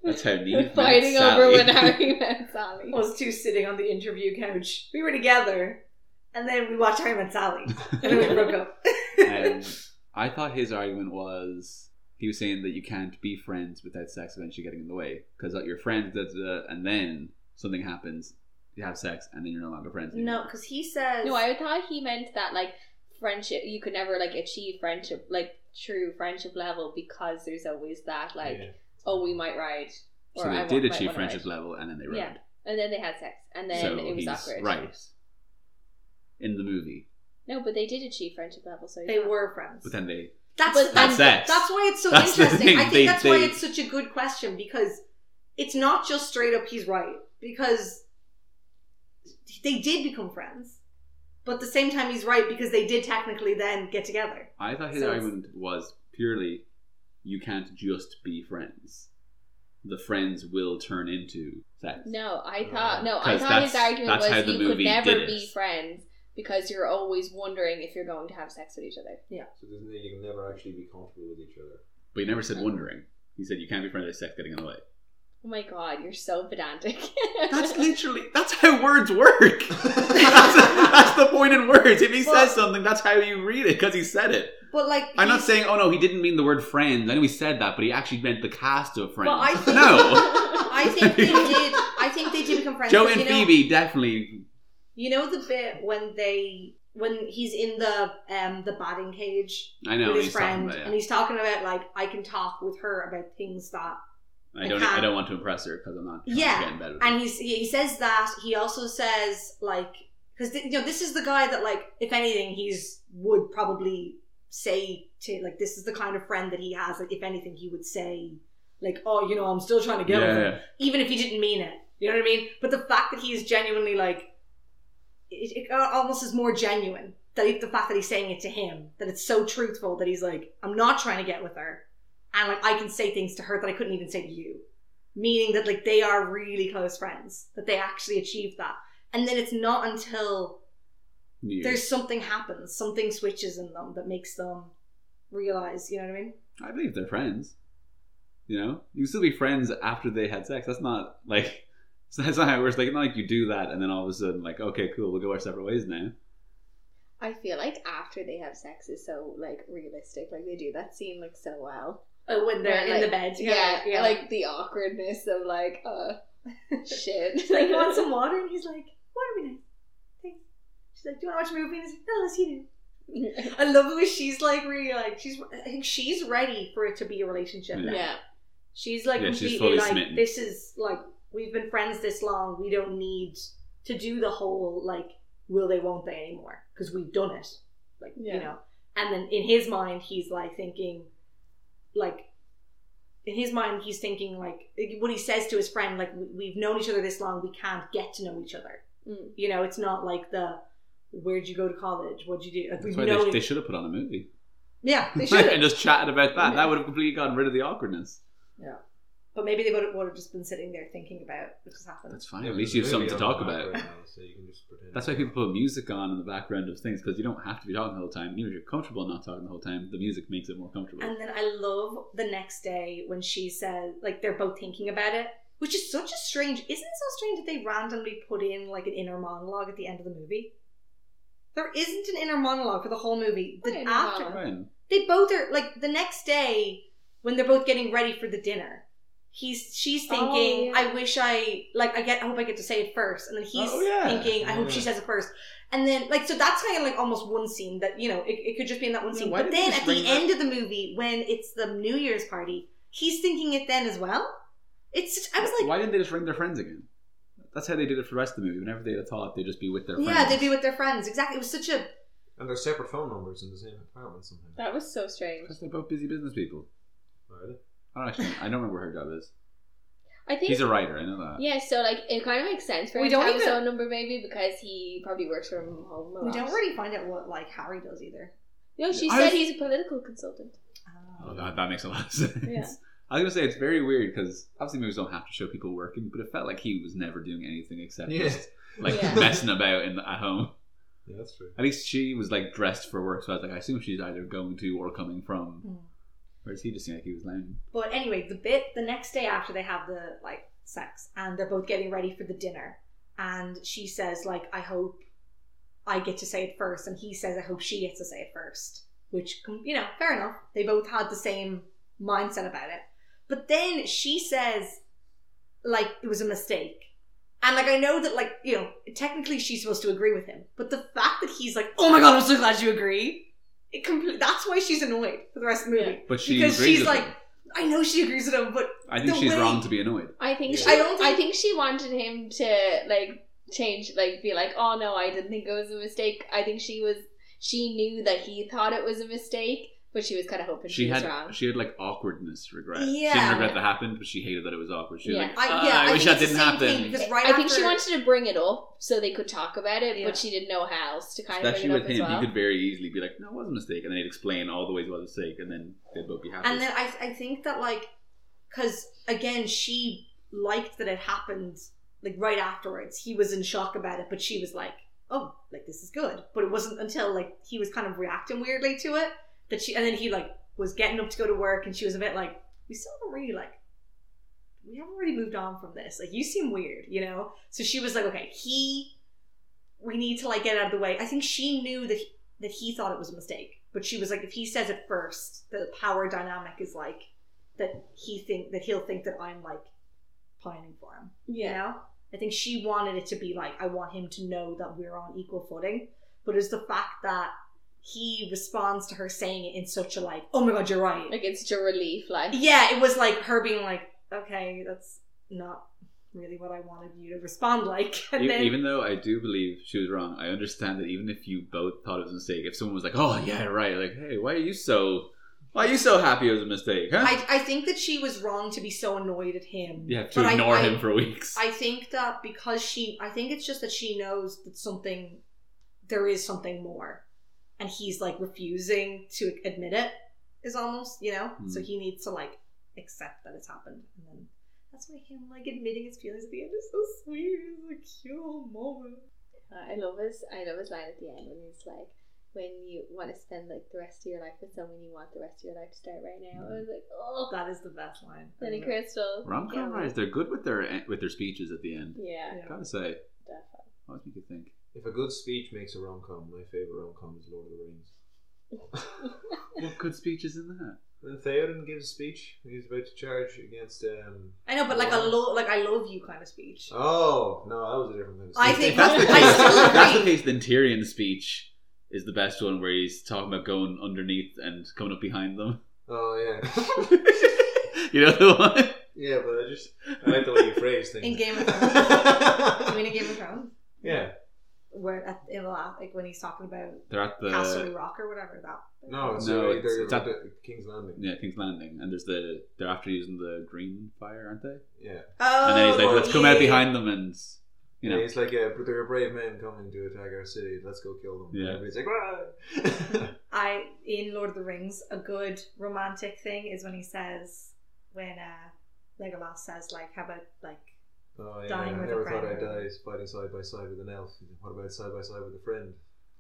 Speaker 3: That's how Neve
Speaker 2: Fighting
Speaker 3: met
Speaker 2: over
Speaker 3: Sally.
Speaker 2: when Harry met Sally.
Speaker 4: was two sitting on the interview couch. We were together, and then we watched Harry and Sally, and then we broke up.
Speaker 3: um, I thought his argument was he was saying that you can't be friends without sex eventually getting in the way because like, you're friends, da, da, da, and then something happens, you have sex, and then you're no longer friends.
Speaker 4: no,
Speaker 3: anymore.
Speaker 4: because he says
Speaker 2: No, I thought he meant that like friendship. You could never like achieve friendship, like true friendship level, because there's always that like,
Speaker 1: Yeah.
Speaker 2: oh, we might ride.
Speaker 3: so
Speaker 2: I
Speaker 3: they
Speaker 2: wa-
Speaker 3: did
Speaker 2: might
Speaker 3: achieve
Speaker 2: wanna ride.
Speaker 3: friendship level, and then they
Speaker 2: Yeah.
Speaker 3: rode.
Speaker 2: And then they had sex, and then
Speaker 3: so
Speaker 2: it was
Speaker 3: he's
Speaker 2: awkward.
Speaker 3: right in the movie,
Speaker 2: No, but they did achieve friendship level, so
Speaker 4: They
Speaker 2: yeah.
Speaker 4: were friends.
Speaker 3: but then they
Speaker 4: That's
Speaker 2: But
Speaker 4: that's,
Speaker 3: then-
Speaker 4: that's why it's so
Speaker 3: That's the
Speaker 4: interesting.
Speaker 3: thing,
Speaker 4: I think
Speaker 3: they-
Speaker 4: that's why
Speaker 3: they-
Speaker 4: it's such a good question because it's not just straight up he's right because they did become friends, but at the same time he's right because they did technically then get together.
Speaker 3: I thought his
Speaker 4: So it's-
Speaker 3: argument was purely you can't just be friends. The friends will turn into sex.
Speaker 2: No, I thought no, I
Speaker 3: 'Cause
Speaker 2: thought his
Speaker 3: that's-
Speaker 2: argument
Speaker 3: that's how
Speaker 2: was
Speaker 3: the
Speaker 2: you could
Speaker 3: movie did
Speaker 2: never
Speaker 3: it.
Speaker 2: be friends because you're always wondering if you're going to have sex with each other.
Speaker 1: So doesn't mean you can never actually be comfortable with each other.
Speaker 3: But he never said wondering. He said you can't be friends with sex getting in the way.
Speaker 2: Oh my god, you're so pedantic.
Speaker 3: That's literally that's how words work. that's,
Speaker 1: That's-
Speaker 3: the point in words. If he
Speaker 4: Well-
Speaker 3: says something, that's how you read it because he said it.
Speaker 4: But like
Speaker 3: I'm not
Speaker 4: he's-
Speaker 3: saying oh no, he didn't mean the word friends. I know he said that, but he actually meant the cast of friends.
Speaker 4: Well, I think-
Speaker 3: no,
Speaker 4: I think they did. I think they did become friends.
Speaker 3: Joe
Speaker 4: 'cause,
Speaker 3: and
Speaker 4: you know-
Speaker 3: Phoebe definitely.
Speaker 4: You know the bit when they when he's in the um the batting cage
Speaker 3: I know
Speaker 4: with
Speaker 3: he's
Speaker 4: his friend
Speaker 3: talking
Speaker 4: and
Speaker 3: about. Yeah.
Speaker 4: he's talking about like I can talk with her about things that
Speaker 3: I don't.
Speaker 4: can't-
Speaker 3: I don't want to impress her because I'm not. trying to
Speaker 4: Yeah,
Speaker 3: get in bed with her.
Speaker 4: and he's, he he says that he also says like because you know this is the guy that like if anything he's would probably say to like this is the kind of friend that he has like if anything he would say like oh you know i'm still trying to get with
Speaker 3: yeah,
Speaker 4: him
Speaker 3: yeah.
Speaker 4: even if he didn't mean it. You know what I mean? But the fact that he's genuinely like, it, it almost is more genuine. That he- the fact that he's saying it to him, that it's so truthful that he's like, I'm not trying to get with her, and like I can say things to her that I couldn't even say to you, meaning that like they are really close friends. That they actually achieved that, and then it's not until
Speaker 3: New Year's.
Speaker 4: there's something happens, something switches in them that makes them realize. You know what I mean?
Speaker 3: I believe they're friends. You know, you can still be friends after they had sex. That's not like it's not, it's not how it works. Like, it's not like you do that and then all of a sudden, like, okay, cool, we'll go our separate ways now.
Speaker 2: I feel like after they have sex is so like realistic. Like they do that scene like so well.
Speaker 4: Uh, When they're in
Speaker 2: Like,
Speaker 4: the bed,
Speaker 2: Yeah, like the awkwardness of like, uh, shit.
Speaker 4: She's like, "You want some water?" And he's like, "Water would be nice." Thanks. She's like, "Do you want to watch a movie?" And he's like, "No, let's eat it." I love it when she's like really like she's I think she's ready for it to be a relationship. now.
Speaker 2: yeah.
Speaker 4: She's like
Speaker 3: Yeah, she's
Speaker 4: completely
Speaker 3: fully
Speaker 4: like
Speaker 3: smitten.
Speaker 4: this is like we've been friends this long. We don't need to do the whole like will they won't they anymore because we've done it. Like
Speaker 2: Yeah.
Speaker 4: you know. And then in his mind he's like thinking like in his mind he's thinking like what he says to his friend like "We- we've known each other this long we can't get to know each other.
Speaker 2: Mm.
Speaker 4: You know, it's not like the where'd you go to college? What'd you do? Like,
Speaker 3: That's
Speaker 4: we've
Speaker 3: why
Speaker 4: known
Speaker 3: they, they
Speaker 4: each-
Speaker 3: should have put on a movie
Speaker 4: Yeah, they should.
Speaker 3: and just chatted about that.
Speaker 2: Yeah.
Speaker 3: That would have completely gotten rid of the awkwardness.
Speaker 4: but maybe they would have, would have just been sitting there thinking about what just happened.
Speaker 3: That's fine. At least you have something to talk about.
Speaker 1: so you can just pretend
Speaker 3: That's why people put music on in the background of things because you don't have to be talking the whole time. Even if you're comfortable not talking the whole time, the music makes it more comfortable.
Speaker 4: And then I love the next day when she says, like, they're both thinking about it, which is such a strange. Isn't it so strange that they randomly put in, like, an inner monologue at the end of the movie? There isn't an inner monologue for the whole movie.
Speaker 2: What
Speaker 4: The
Speaker 2: inner
Speaker 4: after,
Speaker 2: monologue?
Speaker 3: Fine.
Speaker 4: They both are, like, the next day when they're both getting ready for the dinner. He's she's
Speaker 2: Oh,
Speaker 4: thinking,
Speaker 2: yeah.
Speaker 4: I wish I like I get I hope I get to say it first. And then he's
Speaker 3: Oh, yeah.
Speaker 4: thinking, I hope she
Speaker 1: Yeah.
Speaker 4: says it first. And then like so that's kind of like almost one scene that, you know, it, it could just be in that one
Speaker 3: Yeah,
Speaker 4: scene.
Speaker 3: why
Speaker 4: But
Speaker 3: didn't they
Speaker 4: then
Speaker 3: just
Speaker 4: at the
Speaker 3: bring that-
Speaker 4: end of the movie, when it's the New Year's party, he's thinking it then as well. It's I was like
Speaker 3: why didn't they just ring their friends again? That's how they did it for the rest of the movie. Whenever they had a thought, they'd just be with their friends.
Speaker 4: Yeah, they'd be with their friends. Exactly. It was such a
Speaker 1: And they're separate phone numbers in the same apartment sometimes.
Speaker 2: That was so strange.
Speaker 3: Because they're both busy business people.
Speaker 1: Are they?
Speaker 3: I don't actually. I don't remember what her job is.
Speaker 2: I think
Speaker 3: He's a writer. I know that.
Speaker 2: Yeah, so like it kind of makes sense for
Speaker 4: We
Speaker 2: him
Speaker 4: don't
Speaker 2: to have his
Speaker 4: even-
Speaker 2: own number maybe because he probably works from home. A
Speaker 4: we
Speaker 2: lot.
Speaker 4: don't really find out what like Harry does either.
Speaker 2: No, she
Speaker 3: I
Speaker 2: said
Speaker 3: was-
Speaker 2: he's a political consultant.
Speaker 3: Oh, that, that makes a lot of sense.
Speaker 2: Yeah.
Speaker 3: I was gonna say it's very weird because obviously movies don't have to show people working, but it felt like he was never doing anything except
Speaker 1: Yeah.
Speaker 3: just like
Speaker 2: Yeah.
Speaker 3: messing about in at home.
Speaker 1: Yeah, that's true.
Speaker 3: At least she was like dressed for work, so I was like, I assume she's either going to or coming from.
Speaker 4: Mm.
Speaker 3: Whereas he just seemed like he was lounging.
Speaker 4: But anyway, the bit the next day after they have the like sex and they're both getting ready for the dinner, and she says like, "I hope I get to say it first," and he says, "I hope she gets to say it first. Which com- you know, fair enough. They both had the same mindset about it. But then she says, like, it was a mistake. And like I know that like you know technically she's supposed to agree with him, but the fact that he's like, "Oh my god, I'm so glad you agree," it compl- that's why she's annoyed for the rest of the movie.
Speaker 3: But she
Speaker 4: Because
Speaker 3: agrees
Speaker 4: she's
Speaker 3: with
Speaker 4: like-
Speaker 3: him.
Speaker 4: I know she agrees with him, but
Speaker 3: I think
Speaker 4: The
Speaker 3: she's
Speaker 4: way-
Speaker 3: wrong to be annoyed.
Speaker 2: I think
Speaker 1: Yeah.
Speaker 2: she.
Speaker 4: I
Speaker 2: I
Speaker 4: don't think-
Speaker 2: think she wanted him to like change, like be like, "Oh no, I didn't think it was a mistake." I think she was. She knew that he thought it was a mistake, but she was kind of hoping she,
Speaker 3: She
Speaker 2: was
Speaker 3: had
Speaker 2: wrong.
Speaker 3: she had like awkwardness regret. She
Speaker 4: Yeah.
Speaker 3: didn't regret that happened, but she hated that it was awkward. She was
Speaker 2: Yeah.
Speaker 3: like,
Speaker 4: I,
Speaker 3: "Ah,
Speaker 4: yeah,
Speaker 3: I,
Speaker 4: I
Speaker 3: wish
Speaker 4: think
Speaker 3: that
Speaker 4: it's
Speaker 3: didn't
Speaker 4: the same thing,
Speaker 3: happen.
Speaker 4: because right
Speaker 2: I think she
Speaker 4: after-
Speaker 2: wanted to bring it up so they could talk about it,
Speaker 4: Yeah.
Speaker 2: but she didn't know how else to kind
Speaker 3: Especially
Speaker 2: of
Speaker 3: with
Speaker 2: bring
Speaker 3: him,
Speaker 2: it up as well.
Speaker 3: he could very easily be like, "No, it was a mistake," and then he'd explain all the ways it was a mistake, and then they'd both be happy.
Speaker 4: And then I, I think that like, because again, she liked that it happened like right afterwards. He was in shock about it, but she was like, "Oh, like this is good." But it wasn't until like he was kind of reacting weirdly to it that she, and then he like was getting up to go to work, and she was a bit like, "We still haven't really like." We haven't really moved on from this. Like you seem weird, you know. So she was like, "Okay, he, we need to like get out of the way." I think she knew that that he thought it was a mistake. But she was like, if he says it first, the power dynamic is like that he think that he'll think that I'm like pining for him. You know? I think she wanted it to be like, I want him to know that we're on equal footing. But it's the fact that he responds to her saying it in such a like, oh my god, you're right.
Speaker 2: like it's such a relief, like
Speaker 4: yeah, it was like her being like, okay, that's not really what I wanted you to respond like. And
Speaker 3: E-
Speaker 4: then
Speaker 3: even though I do believe she was wrong, I understand that even if you both thought it was a mistake, if someone was like, "Oh yeah, right," like, "Hey, why are you so, why are you so happy it was a mistake?" Huh?
Speaker 4: I, I think that she was wrong to be so annoyed at him.
Speaker 3: you have to
Speaker 4: But I-
Speaker 3: ignore
Speaker 4: I-
Speaker 3: him for weeks.
Speaker 4: I think that because she, I think it's just that she knows that something, there is something more, and he's like refusing to admit it. Is almost you know, so
Speaker 3: Hmm.
Speaker 4: he needs to like accept that it's happened, and then that's why him like admitting his feelings at the end is so sweet. It's a cute little moment.
Speaker 2: Uh, I love his I love his line at the end when he's like, when you want to spend like the rest of your life with someone, you want the rest of your life to start right now. I was like, oh,
Speaker 4: That is the best line.
Speaker 2: Lenny Crystal.
Speaker 3: Rom com
Speaker 2: yeah,
Speaker 3: writers, they're good with their with their speeches at the end.
Speaker 2: yeah,
Speaker 4: Yeah.
Speaker 3: Gotta say,
Speaker 2: definitely.
Speaker 3: always make you think.
Speaker 1: If a good speech makes a rom com, my favorite rom com is Lord of the Rings.
Speaker 3: What good speeches in that?
Speaker 1: when Theoden gives a speech, he's about to charge against. Um...
Speaker 4: I know, but like I
Speaker 1: Wow.
Speaker 4: love, like I love you kind of speech.
Speaker 1: Oh no, that was a different kind of
Speaker 4: I
Speaker 1: speech.
Speaker 4: think-
Speaker 3: if that's the
Speaker 4: I
Speaker 3: case,
Speaker 4: still
Speaker 3: if that's the
Speaker 4: agree.
Speaker 3: case, then Tyrion's speech is the best one, where he's talking about going underneath and coming up behind them.
Speaker 1: Oh yeah,
Speaker 3: you know the one.
Speaker 1: yeah, but I just I like the way you phrase things.
Speaker 4: In Game of Thrones, do you mean in Game of Thrones?
Speaker 1: yeah,
Speaker 4: Where at, in the last, like when he's talking about
Speaker 3: They're at the
Speaker 4: Castle Rock or whatever that.
Speaker 1: no, it's,
Speaker 3: No,
Speaker 1: no,
Speaker 3: it's- it's up-
Speaker 1: King's Landing.
Speaker 3: yeah King's Landing, and there's the they're after using the green fire, aren't they?
Speaker 1: Yeah,
Speaker 4: Oh,
Speaker 3: and then he's like, "Let's come out
Speaker 4: yeah.
Speaker 3: behind them," and you know,
Speaker 1: yeah, it's like yeah, but there are brave men coming to attack our city. Let's go kill them.
Speaker 3: Yeah.
Speaker 1: and everybody's like, "Rah!"
Speaker 4: I in Lord of the Rings, a good romantic thing is when he says when uh Legolas says like how about like
Speaker 1: oh yeah,
Speaker 4: Dying
Speaker 1: I
Speaker 4: with a
Speaker 1: never thought
Speaker 4: friend.
Speaker 1: I'd die fighting side by side with an elf. What about side by side with a friend?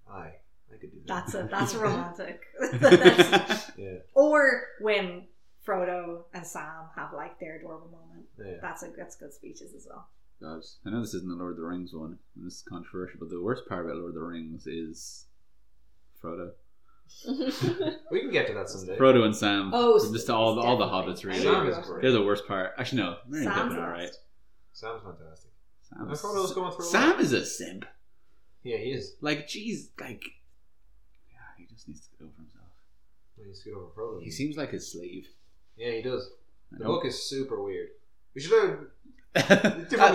Speaker 1: Aye, I could do that.
Speaker 4: that's a that's romantic. That's-
Speaker 1: yeah,
Speaker 4: or when Frodo and Sam have like their adorable moment.
Speaker 1: yeah.
Speaker 4: That's a that's good speeches as well.
Speaker 3: God, I know this isn't the Lord of the Rings one, and this is controversial, but the worst part about Lord of the Rings is Frodo,
Speaker 1: We can get to that someday.
Speaker 3: Frodo and Sam.
Speaker 4: Oh,
Speaker 3: and just all the, all the hobbits
Speaker 4: definitely.
Speaker 3: really.
Speaker 1: Sam is great.
Speaker 3: They're the worst part. Actually, no, Mary and
Speaker 4: Sam's
Speaker 3: Pippin are right.
Speaker 4: last.
Speaker 1: Sam's fantastic.
Speaker 3: Sam
Speaker 1: I
Speaker 3: is,
Speaker 1: thought I was going through. a lot.
Speaker 3: Sam is a simp.
Speaker 1: Yeah, he is.
Speaker 3: Like, jeez, like, yeah, he just needs to get over himself.
Speaker 1: Well, He's good over Frodo.
Speaker 3: He seems like his slave.
Speaker 1: yeah, he does.
Speaker 3: I
Speaker 1: The
Speaker 3: know.
Speaker 1: book is super weird. We should have.
Speaker 3: That-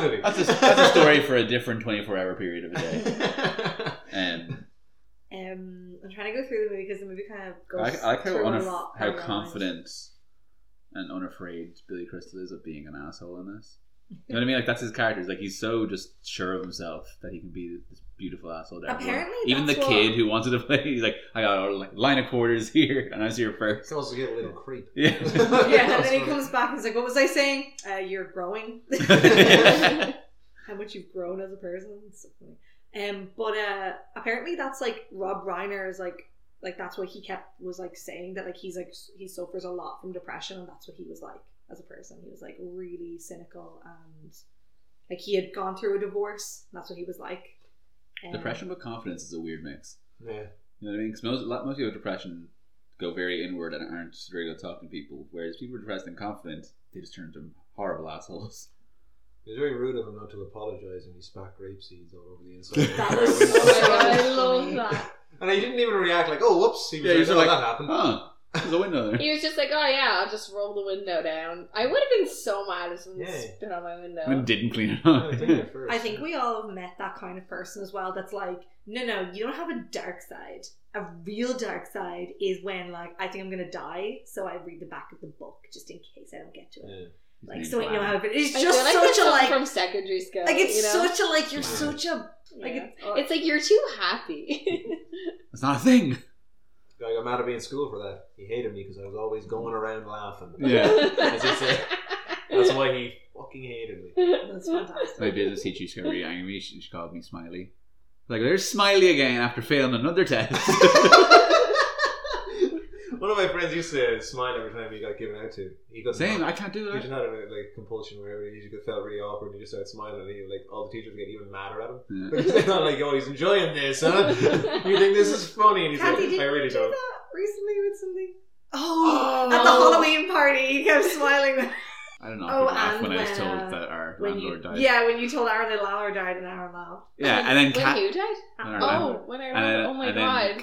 Speaker 1: movie.
Speaker 3: That's a, that's a story for a different 24 hour period of a day. Um,
Speaker 4: Um, I'm trying to go through the movie because the movie kind of
Speaker 3: I,
Speaker 4: goes
Speaker 3: I like how,
Speaker 4: through a
Speaker 3: unaf-
Speaker 4: lot.
Speaker 3: how
Speaker 4: of
Speaker 3: confident and unafraid Billy Crystal is of being an asshole in this. You know what I mean? Like that's his character. He's like he's so just sure of himself that he can be this beautiful asshole. To everyone.
Speaker 4: Apparently
Speaker 3: even the
Speaker 4: that's what-
Speaker 3: kid who wanted to play, he's like, I got a like, line of quarters here, and I was here first.
Speaker 1: He's also get a little creep.
Speaker 3: Yeah.
Speaker 4: Yeah, and then he comes back and he's like, "What was I saying? Uh, you're growing." how much you've grown as a person. It's so funny. Um, but uh, apparently that's like Rob Reiner is like like that's what he kept was like saying that like he's like s- he suffers a lot from depression and that's what he was like as a person. He was like really cynical and like he had gone through a divorce. That's what he was like. Um,
Speaker 3: Depression but confidence is a weird mix.
Speaker 1: Yeah.
Speaker 3: You know what I mean? Because most, a lot- most people with depression go very inward and aren't very good at talking to people, whereas people who are depressed and confident, they just turn into horrible assholes.
Speaker 1: It was very rude of him not to apologize when he spat grape seeds all over the inside. of
Speaker 4: That
Speaker 1: the car
Speaker 4: was so
Speaker 1: window.
Speaker 2: I love
Speaker 4: funny.
Speaker 2: that.
Speaker 1: and he didn't even react like, "Oh, whoops." He was
Speaker 3: Yeah, he
Speaker 1: like,
Speaker 3: was
Speaker 1: "Oh,
Speaker 3: like, "Ah,
Speaker 1: that happened."
Speaker 3: Huh. There's a window there.
Speaker 2: He was just like, oh yeah, I'll just roll the window down. I would have been so mad if someone
Speaker 1: Yeah.
Speaker 2: spit on my window.
Speaker 3: And didn't clean it
Speaker 1: No, take
Speaker 3: up.
Speaker 1: it first.
Speaker 4: I think we all have met that kind of person as well. That's like, no, no, you don't have a dark side. A real dark side is when, like, I think I'm gonna die, so I read the back of the book just in case I don't get to it.
Speaker 1: Yeah.
Speaker 4: Like, so I know how. It, it's
Speaker 2: I
Speaker 4: just
Speaker 2: feel like
Speaker 4: such
Speaker 2: that's
Speaker 4: a
Speaker 2: something
Speaker 4: like,
Speaker 2: from secondary school.
Speaker 4: like it's
Speaker 2: you know?
Speaker 4: such a like you're
Speaker 1: Yeah.
Speaker 4: such a like
Speaker 2: Yeah.
Speaker 4: it's, oh,
Speaker 2: It's like you're too happy.
Speaker 3: It's not a thing.
Speaker 1: I got mad at me in school for that. He hated me because I was always going around laughing.
Speaker 3: Yeah.
Speaker 1: As you say. That's why he fucking hated me.
Speaker 4: that's fantastic.
Speaker 3: My business teacher used to get really angry. She, she called me Smiley. Like, there's Smiley again after failing another test.
Speaker 1: One of my friends used to smile every time he got given out to. He got
Speaker 3: Same, I can't do
Speaker 1: He just
Speaker 3: that.
Speaker 1: had a like compulsion where he just felt really awkward and he just started smiling and he like all the teachers get even madder at him.
Speaker 3: Yeah.
Speaker 1: Because they're not like, oh, he's enjoying this, huh? you think this is funny? And he's
Speaker 4: Kathy, did
Speaker 1: like, I really
Speaker 4: you do
Speaker 1: don't.
Speaker 4: that recently with something? Oh,
Speaker 1: Oh.
Speaker 4: at the Halloween party, you kept smiling.
Speaker 3: I don't know.
Speaker 4: Oh,
Speaker 3: Oh, laugh
Speaker 4: and
Speaker 3: when I was
Speaker 4: when,
Speaker 3: told
Speaker 4: uh,
Speaker 3: that our
Speaker 4: when you,
Speaker 3: landlord died.
Speaker 4: yeah, when you told Aaron that Lauer died and Aaron laughed.
Speaker 3: Yeah,
Speaker 2: When-
Speaker 3: and then
Speaker 2: when
Speaker 3: Kat-
Speaker 2: you died.
Speaker 3: and our landlord-
Speaker 2: Oh, when I
Speaker 3: And then,
Speaker 2: remember. oh my
Speaker 3: and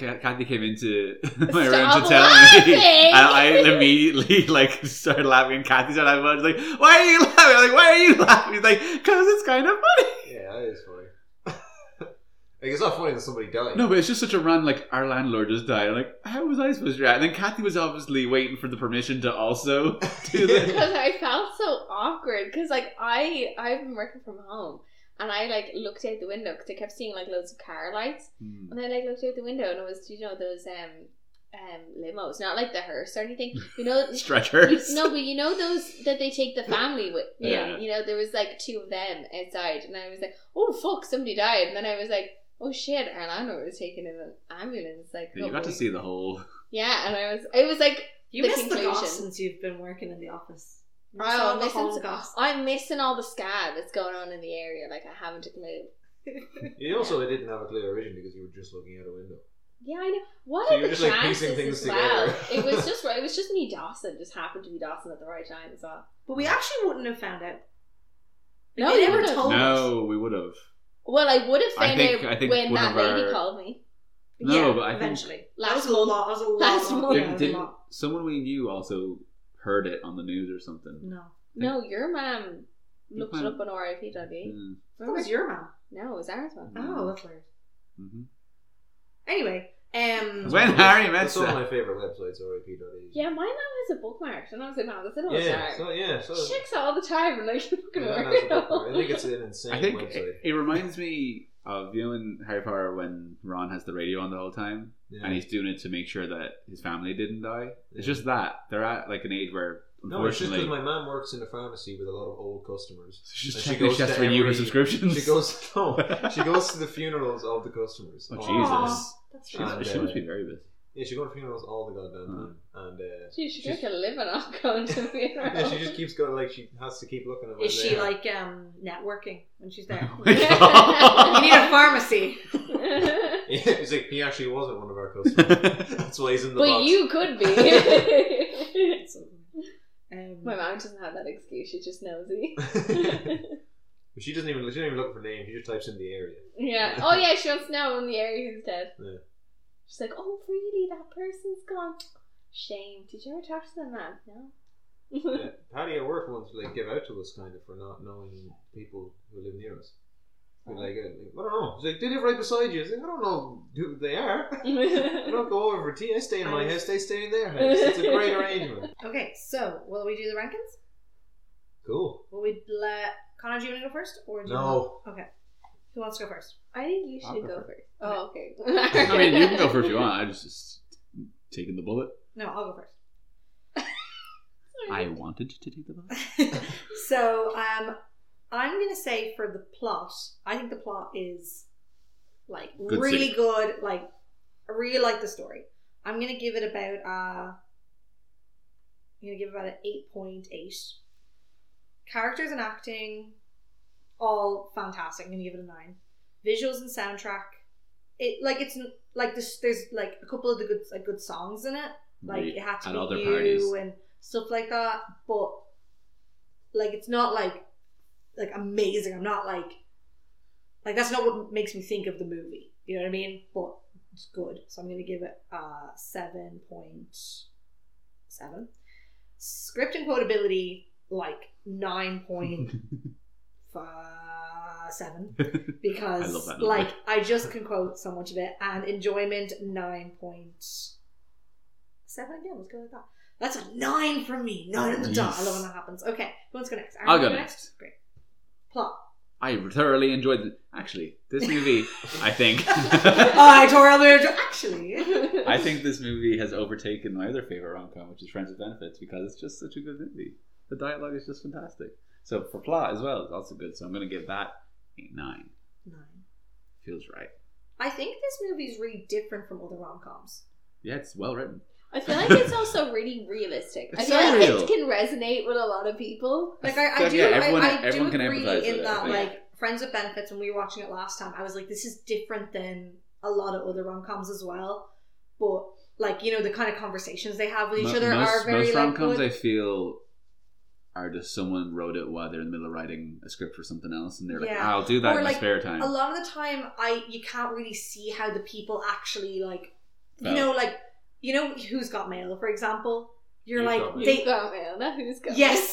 Speaker 2: god.
Speaker 3: then Ka- Kathy came into my room
Speaker 2: Stop
Speaker 3: to tell me,
Speaker 2: laughing!
Speaker 3: and I immediately like started laughing. And Kathy started laughing. I was like, "Why are you laughing?" I'm like, "Why are you laughing?" He's like, "Cause it's kind of funny."
Speaker 1: Yeah, that is funny. like, it's not funny that somebody died.
Speaker 3: No, but it's just such a run. Like our landlord just died. I'm like, how was I supposed to react? And then Kathy was obviously waiting for the permission to also do that.
Speaker 2: because I felt so awkward because like I I've been working from home and I like looked out the window because I kept seeing like loads of car lights
Speaker 3: Hmm.
Speaker 2: and I like looked out the window and it was you know those um um limos not like the hearse or anything you know you-
Speaker 3: Stretchers.
Speaker 2: no but you know those that they take the family with
Speaker 3: Yeah.
Speaker 2: you know there was like two of them outside and I was like oh fuck somebody died and then I was like oh shit our landlord was taken in an ambulance like
Speaker 3: You got to
Speaker 2: oh.
Speaker 3: see the whole.
Speaker 2: yeah and I was it was like
Speaker 4: You
Speaker 2: The
Speaker 4: missed the
Speaker 2: conclusion.
Speaker 4: goss since you've been working in the office. You missed all
Speaker 2: Oh,
Speaker 4: the whole
Speaker 2: missing,
Speaker 4: goss.
Speaker 2: I'm missing all the scab that's going on in the area. Like I haven't a clue.
Speaker 1: You also didn't have a clue originally because you were just looking out a window.
Speaker 2: Yeah, I know. What
Speaker 1: So
Speaker 2: are
Speaker 1: you're
Speaker 2: the
Speaker 1: just, like,
Speaker 2: chances
Speaker 1: piecing things
Speaker 2: as well? it
Speaker 1: together.
Speaker 2: was just right. It was just me, Dawson. Just happened to be Dawson at the right time as well.
Speaker 4: But we actually wouldn't have found out.
Speaker 2: No,
Speaker 4: they
Speaker 2: you
Speaker 4: never
Speaker 2: wouldn't.
Speaker 4: told us.
Speaker 3: No, we would have.
Speaker 2: Well, I would have
Speaker 3: I
Speaker 2: found
Speaker 3: think-
Speaker 2: out
Speaker 3: I think
Speaker 2: when
Speaker 3: one
Speaker 2: that
Speaker 3: of
Speaker 2: lady
Speaker 3: our-
Speaker 2: called me.
Speaker 3: No,
Speaker 4: yeah,
Speaker 3: but I think-
Speaker 4: eventually.
Speaker 2: Last
Speaker 4: that was a
Speaker 2: month.
Speaker 4: lot. That was a lot.
Speaker 2: Last
Speaker 4: lot,
Speaker 2: month.
Speaker 4: yeah, it was a
Speaker 3: Didn't-
Speaker 4: lot.
Speaker 3: Someone we knew also heard it on the news or something.
Speaker 4: No,
Speaker 2: No, your mom looked it
Speaker 3: ma'am.
Speaker 2: up on RIP doggy.
Speaker 3: Mm.
Speaker 4: that was your mom.
Speaker 2: No, it was ours one.
Speaker 4: Oh, that's weird.
Speaker 3: Mhm.
Speaker 4: Anyway, um,
Speaker 1: That's
Speaker 3: When
Speaker 1: one of my-
Speaker 3: Harry met
Speaker 1: That's one of
Speaker 3: Sally.
Speaker 1: my favourite websites, RIP.ie.
Speaker 2: Yeah, my mom has a bookmark, and I was like, "No, that's it. All
Speaker 1: E. Yeah,
Speaker 2: yeah,
Speaker 1: so, yeah, so.
Speaker 2: She checks all the time, and like, you fucking
Speaker 1: Yeah,
Speaker 2: work
Speaker 1: that has a
Speaker 2: it
Speaker 1: bookmark.
Speaker 2: out.
Speaker 1: I think it's an insane
Speaker 3: I think
Speaker 1: website.
Speaker 3: it, it reminds me of you know in Harry Potter when Ron has the radio on the whole time
Speaker 1: Yeah.
Speaker 3: and he's doing it to make sure that his family didn't die. It's just that they're at like an age where
Speaker 1: no, it's just
Speaker 3: unfortunately
Speaker 1: because my mom works in a pharmacy with a lot of old customers.
Speaker 3: she's
Speaker 1: and
Speaker 3: just
Speaker 1: she
Speaker 3: checking if
Speaker 1: goes
Speaker 3: she has
Speaker 1: to
Speaker 3: to renew her
Speaker 1: every-
Speaker 3: subscriptions.
Speaker 1: She goes, no, she goes to the funerals of the customers.
Speaker 3: Oh,
Speaker 1: All-
Speaker 3: Jesus.
Speaker 4: that's
Speaker 3: She's-
Speaker 4: right.
Speaker 1: And,
Speaker 3: she must
Speaker 1: uh,
Speaker 3: be very busy.
Speaker 1: Yeah, she goes to funerals all the goddamn
Speaker 3: Uh-huh.
Speaker 1: time, and uh,
Speaker 2: She should
Speaker 1: She's-
Speaker 2: make a living off going to funerals.
Speaker 1: yeah, she just keeps going. Like she has to keep looking at. when
Speaker 4: Is
Speaker 1: they
Speaker 4: she
Speaker 1: are.
Speaker 4: like um, networking when she's there?
Speaker 3: Oh my
Speaker 4: you
Speaker 3: God.
Speaker 4: need a pharmacy.
Speaker 2: but
Speaker 1: Yeah, it's like he actually wasn't one of our customers. That's why he's in the box.
Speaker 2: you could be.
Speaker 4: Um,
Speaker 2: My mom doesn't have that excuse. She's just nosy.
Speaker 1: But she doesn't even. She doesn't even look for names. She just types in the area.
Speaker 2: yeah. Oh yeah, she wants to know in the area who's dead.
Speaker 1: Yeah.
Speaker 2: She's like, oh really? That person's gone. Shame. Did you ever talk to them, man? No.
Speaker 1: Yeah. Patty Uh, at work once like give out to us kind of for not knowing people who live near us. We're Like, uh, like, I don't know. She's like, they live right beside you. I was like, I don't know who they are. I don't go over for tea. I stay in my house. They stay in their house. It's a great arrangement.
Speaker 4: Okay, so will we do the rankings?
Speaker 1: Cool.
Speaker 4: Will we let Connor? Do you want to go first, or do you
Speaker 1: No.
Speaker 4: want- okay, who wants to go first?
Speaker 2: I think you
Speaker 3: I'll
Speaker 2: should
Speaker 3: go
Speaker 2: go
Speaker 3: first.
Speaker 2: first. Oh okay.
Speaker 3: I mean, you can go first if you want. I just, just taking the bullet.
Speaker 4: No, I'll go first.
Speaker 3: I wanted to take the bullet.
Speaker 4: so um, I'm gonna say for the plot, I think the plot is like
Speaker 3: Good
Speaker 4: really
Speaker 3: scene.
Speaker 4: good. Like I really like the story. I'm gonna give it about uh, I'm gonna give it about an eight point eight. Characters and acting, all fantastic. I'm gonna give it a nine. Visuals and soundtrack, it like it's n- like this. There's like a couple of the good like good songs in it like it had to
Speaker 3: at
Speaker 4: be
Speaker 3: other
Speaker 4: you
Speaker 3: parties.
Speaker 4: and stuff like that. But like, it's not like like amazing. I'm not like like that's not what makes me think of the movie. You know what I mean? But it's good, so I'm gonna give it uh seven point seven. Script and quotability, like nine point fi- seven, because
Speaker 3: I love that number.
Speaker 4: like I just can quote so much of it. And enjoyment nine point seven again. Let's go with that. That's a nine from me. Nine at the dot. I love when that happens. Okay, who wants to go next? Aaron,
Speaker 3: I'll
Speaker 4: you
Speaker 3: go next.
Speaker 4: Great. Plot.
Speaker 3: I thoroughly enjoyed the, actually this movie. I think
Speaker 4: I tore out the actually.
Speaker 3: I think this movie has overtaken my other favorite rom com, which is Friends with Benefits, because it's just such a good movie. The dialogue is just fantastic. So for plot as well, it's also good. So I'm going to give that a nine.
Speaker 4: Nine.
Speaker 3: Feels right.
Speaker 4: I think this movie is really different from other rom coms.
Speaker 3: Yeah, it's well written.
Speaker 2: I feel like it's also really realistic. I
Speaker 3: It's
Speaker 2: feel
Speaker 3: so
Speaker 2: like
Speaker 3: real.
Speaker 2: it can resonate with a lot of people.
Speaker 4: Like I, I
Speaker 3: Yeah,
Speaker 4: do,
Speaker 3: everyone- e-,
Speaker 4: I, I
Speaker 3: everyone
Speaker 4: do
Speaker 3: can
Speaker 4: agree
Speaker 3: empathize
Speaker 4: in
Speaker 3: with it, I
Speaker 4: that
Speaker 3: think.
Speaker 4: like Friends with Benefits. When we were watching it last time, I was like, this is different than a lot of other rom coms as well. But like you know, the kind of conversations they have with each
Speaker 3: Mo-
Speaker 4: other
Speaker 3: most,
Speaker 4: are very
Speaker 3: most
Speaker 4: like.
Speaker 3: rom-coms I
Speaker 4: good.
Speaker 3: feel are just someone wrote it while they're in the middle of writing a script for something else, and they're like,
Speaker 4: Yeah.
Speaker 3: "I'll do that
Speaker 4: Or,
Speaker 3: in my
Speaker 4: like,
Speaker 3: spare time."
Speaker 4: A lot of the time, I you can't really see how the people actually like. You
Speaker 3: No.
Speaker 4: know, like you know, who's got mail, for example. You're
Speaker 1: You've
Speaker 4: like
Speaker 1: Got Mail.
Speaker 2: Who's
Speaker 4: they.
Speaker 2: got mail? Not who's got
Speaker 4: Yes.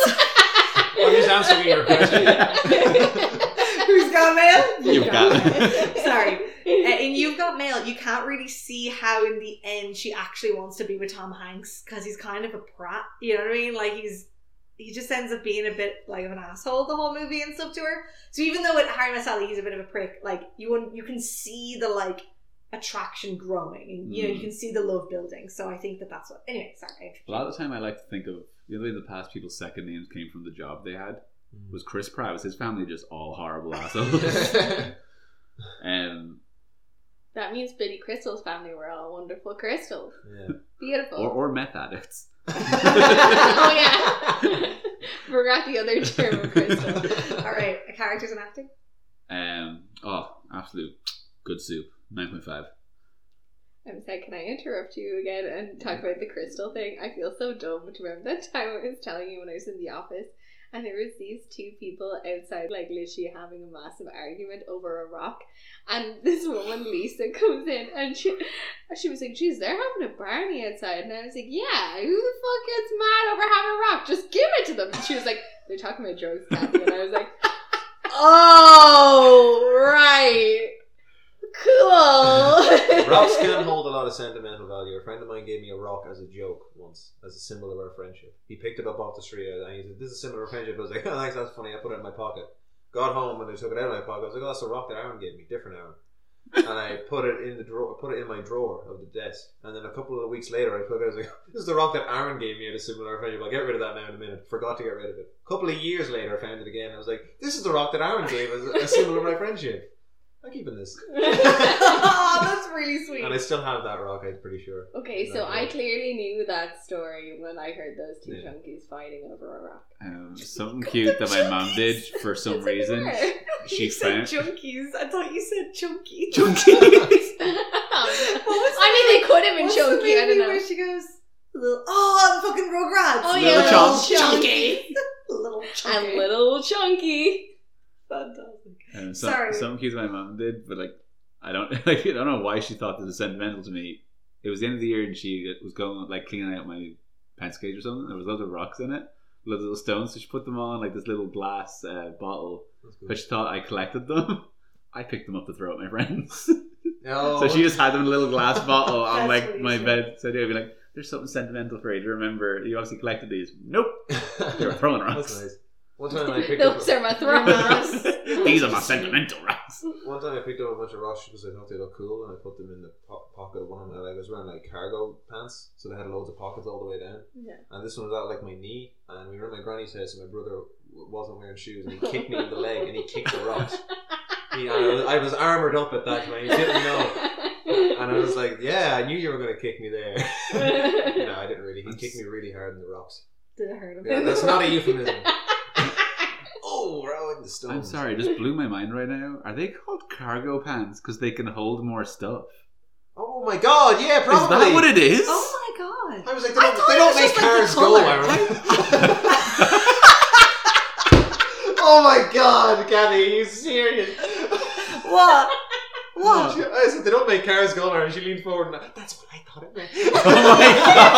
Speaker 1: I'm just answering your question.
Speaker 4: Who's got mail?
Speaker 3: You've got
Speaker 2: mail.
Speaker 4: Sorry. Uh, and you've got mail. You can't really see how, in the end, she actually wants to be with Tom Hanks because he's kind of a prat. You know what I mean? Like he's he just ends up being a bit like of an asshole the whole movie and stuff to her. So even though at Harry Met Sally he's a bit of a prick, like you wouldn't- you can see the like attraction growing, and you know you
Speaker 3: Mm.
Speaker 4: can see the love building. So I think that that's what. Anyway, sorry. I interrupted.
Speaker 3: a lot of the time, I like to think of you know, the way in the past people's second names came from the job they had. It was Chris Pratt? Was his family just all horrible assholes? um,
Speaker 2: That means Billy Crystal's family were all wonderful crystals. Beautiful.
Speaker 3: or or meth addicts.
Speaker 2: oh yeah. Forgot the other term of crystal.
Speaker 4: All right, characters and acting.
Speaker 3: Um, oh, absolute good soup. Nine point five.
Speaker 2: I'm sorry, can I interrupt you again and talk about the crystal thing? I feel so dumb. Do you remember that time I was telling you when I was in the office and there was these two people outside, like literally having a massive argument over a rock, and this woman Lisa comes in and she, she was like, "Geez, they're having a barney outside," and I was like, "Yeah, who the fuck gets mad over having a rock? Just give it to them." And she was like, "They're talking about drugs, Kathy," and I was like, "Oh, right." Cool.
Speaker 1: Rocks can hold a lot of sentimental value. A friend of mine gave me a rock as a joke once, as a symbol of our friendship. He picked it up off the street uh, and he said, This is a symbol of our friendship. I was like, Oh, thanks, that's funny. I put it in my pocket. Got home and I took it out of my pocket. I was like, Oh, that's a rock that Aaron gave me, different Aaron. And I put it in the drawer, put it in my drawer of the desk. And then a couple of weeks later, I took it. I was like, "This is the rock that Aaron gave me at a similar friendship. I'll get rid of that now in a minute." Forgot to get rid of it. A couple of years later, I found it again. I was like, "This is the rock that Aaron gave as a symbol of my friendship." I'm keeping this,
Speaker 4: oh, that's really sweet.
Speaker 1: and I still have that rock. I'm pretty sure.
Speaker 2: okay, so
Speaker 1: Not
Speaker 2: I
Speaker 1: really.
Speaker 2: clearly knew that story when I heard those two
Speaker 1: Yeah.
Speaker 2: junkies fighting over a rock.
Speaker 3: Um, something cute that my mom did for some
Speaker 2: It's like,
Speaker 3: reason.
Speaker 2: "Where?"
Speaker 3: She
Speaker 4: you said
Speaker 3: found-
Speaker 4: junkies. I thought you said chunky.
Speaker 3: Junkies.
Speaker 2: Oh, no.
Speaker 4: was
Speaker 2: I mean, they could have been
Speaker 4: What's the
Speaker 2: chunky. I
Speaker 4: movie
Speaker 2: don't know.
Speaker 4: Where she goes, little, oh, the fucking Rugrats.
Speaker 2: Oh
Speaker 3: Little
Speaker 2: yeah,
Speaker 3: chunk.
Speaker 2: chunky.
Speaker 4: little
Speaker 2: And
Speaker 4: chunky.
Speaker 2: little chunky.
Speaker 4: Fantastic.
Speaker 3: Um, so,
Speaker 4: Sorry.
Speaker 3: Some cues my mom did, but like, I don't, like, I don't know why she thought this was sentimental to me. It was the end of the year, and she was going like cleaning out my pants cage or something. There was loads of rocks in it, loads of little stones. So she put them all in like this little glass uh, bottle,
Speaker 1: That's
Speaker 3: but
Speaker 1: good.
Speaker 3: she thought I collected them. I picked them up to throw at my friends.
Speaker 1: No.
Speaker 3: so she just had them in a little glass bottle on
Speaker 4: That's
Speaker 3: like
Speaker 4: really
Speaker 3: my
Speaker 4: sweet.
Speaker 3: bed. So they'd be like, "There's something sentimental for you to remember. You obviously collected these." Nope, they were throwing
Speaker 1: That's
Speaker 3: rocks.
Speaker 1: nice. One time I picked up.
Speaker 2: Those are my throwbacks.
Speaker 3: these are my sentimental rocks.
Speaker 1: One time I picked up a bunch of rocks because I thought they looked cool, and I put them in the po- pocket of one of my. I was wearing like cargo pants, so they had loads of pockets all the way down.
Speaker 2: Yeah.
Speaker 1: And this one was at like my knee, and we were at my granny's house, and my brother w- wasn't wearing shoes, and he kicked me in the leg, and he kicked the rocks. He, I, was, I was armored up at that point. He didn't know, and I was like, "Yeah, I knew you were going to kick me there." no, I didn't really. He kicked me really hard in the rocks.
Speaker 4: Did it hurt him?
Speaker 1: Yeah, that's not a euphemism. Oh, we're out in the stones.
Speaker 3: I'm sorry, it just blew my mind right now. Are they called cargo pants because they can hold more stuff?
Speaker 1: Oh my god! Yeah,
Speaker 3: Is
Speaker 1: probably.
Speaker 3: that what it is?
Speaker 4: Oh my god.
Speaker 1: I was like, they
Speaker 4: I
Speaker 1: don't,
Speaker 4: thought
Speaker 1: they
Speaker 4: it
Speaker 1: don't
Speaker 4: was
Speaker 1: make
Speaker 4: just, like, the
Speaker 1: cars go
Speaker 4: colour.
Speaker 1: Aaron. oh my god, Gabby, are you serious?
Speaker 4: What?
Speaker 1: What? She- I said, they don't make cars go on. And she leaned forward and that's what I thought it meant.
Speaker 3: Oh my God.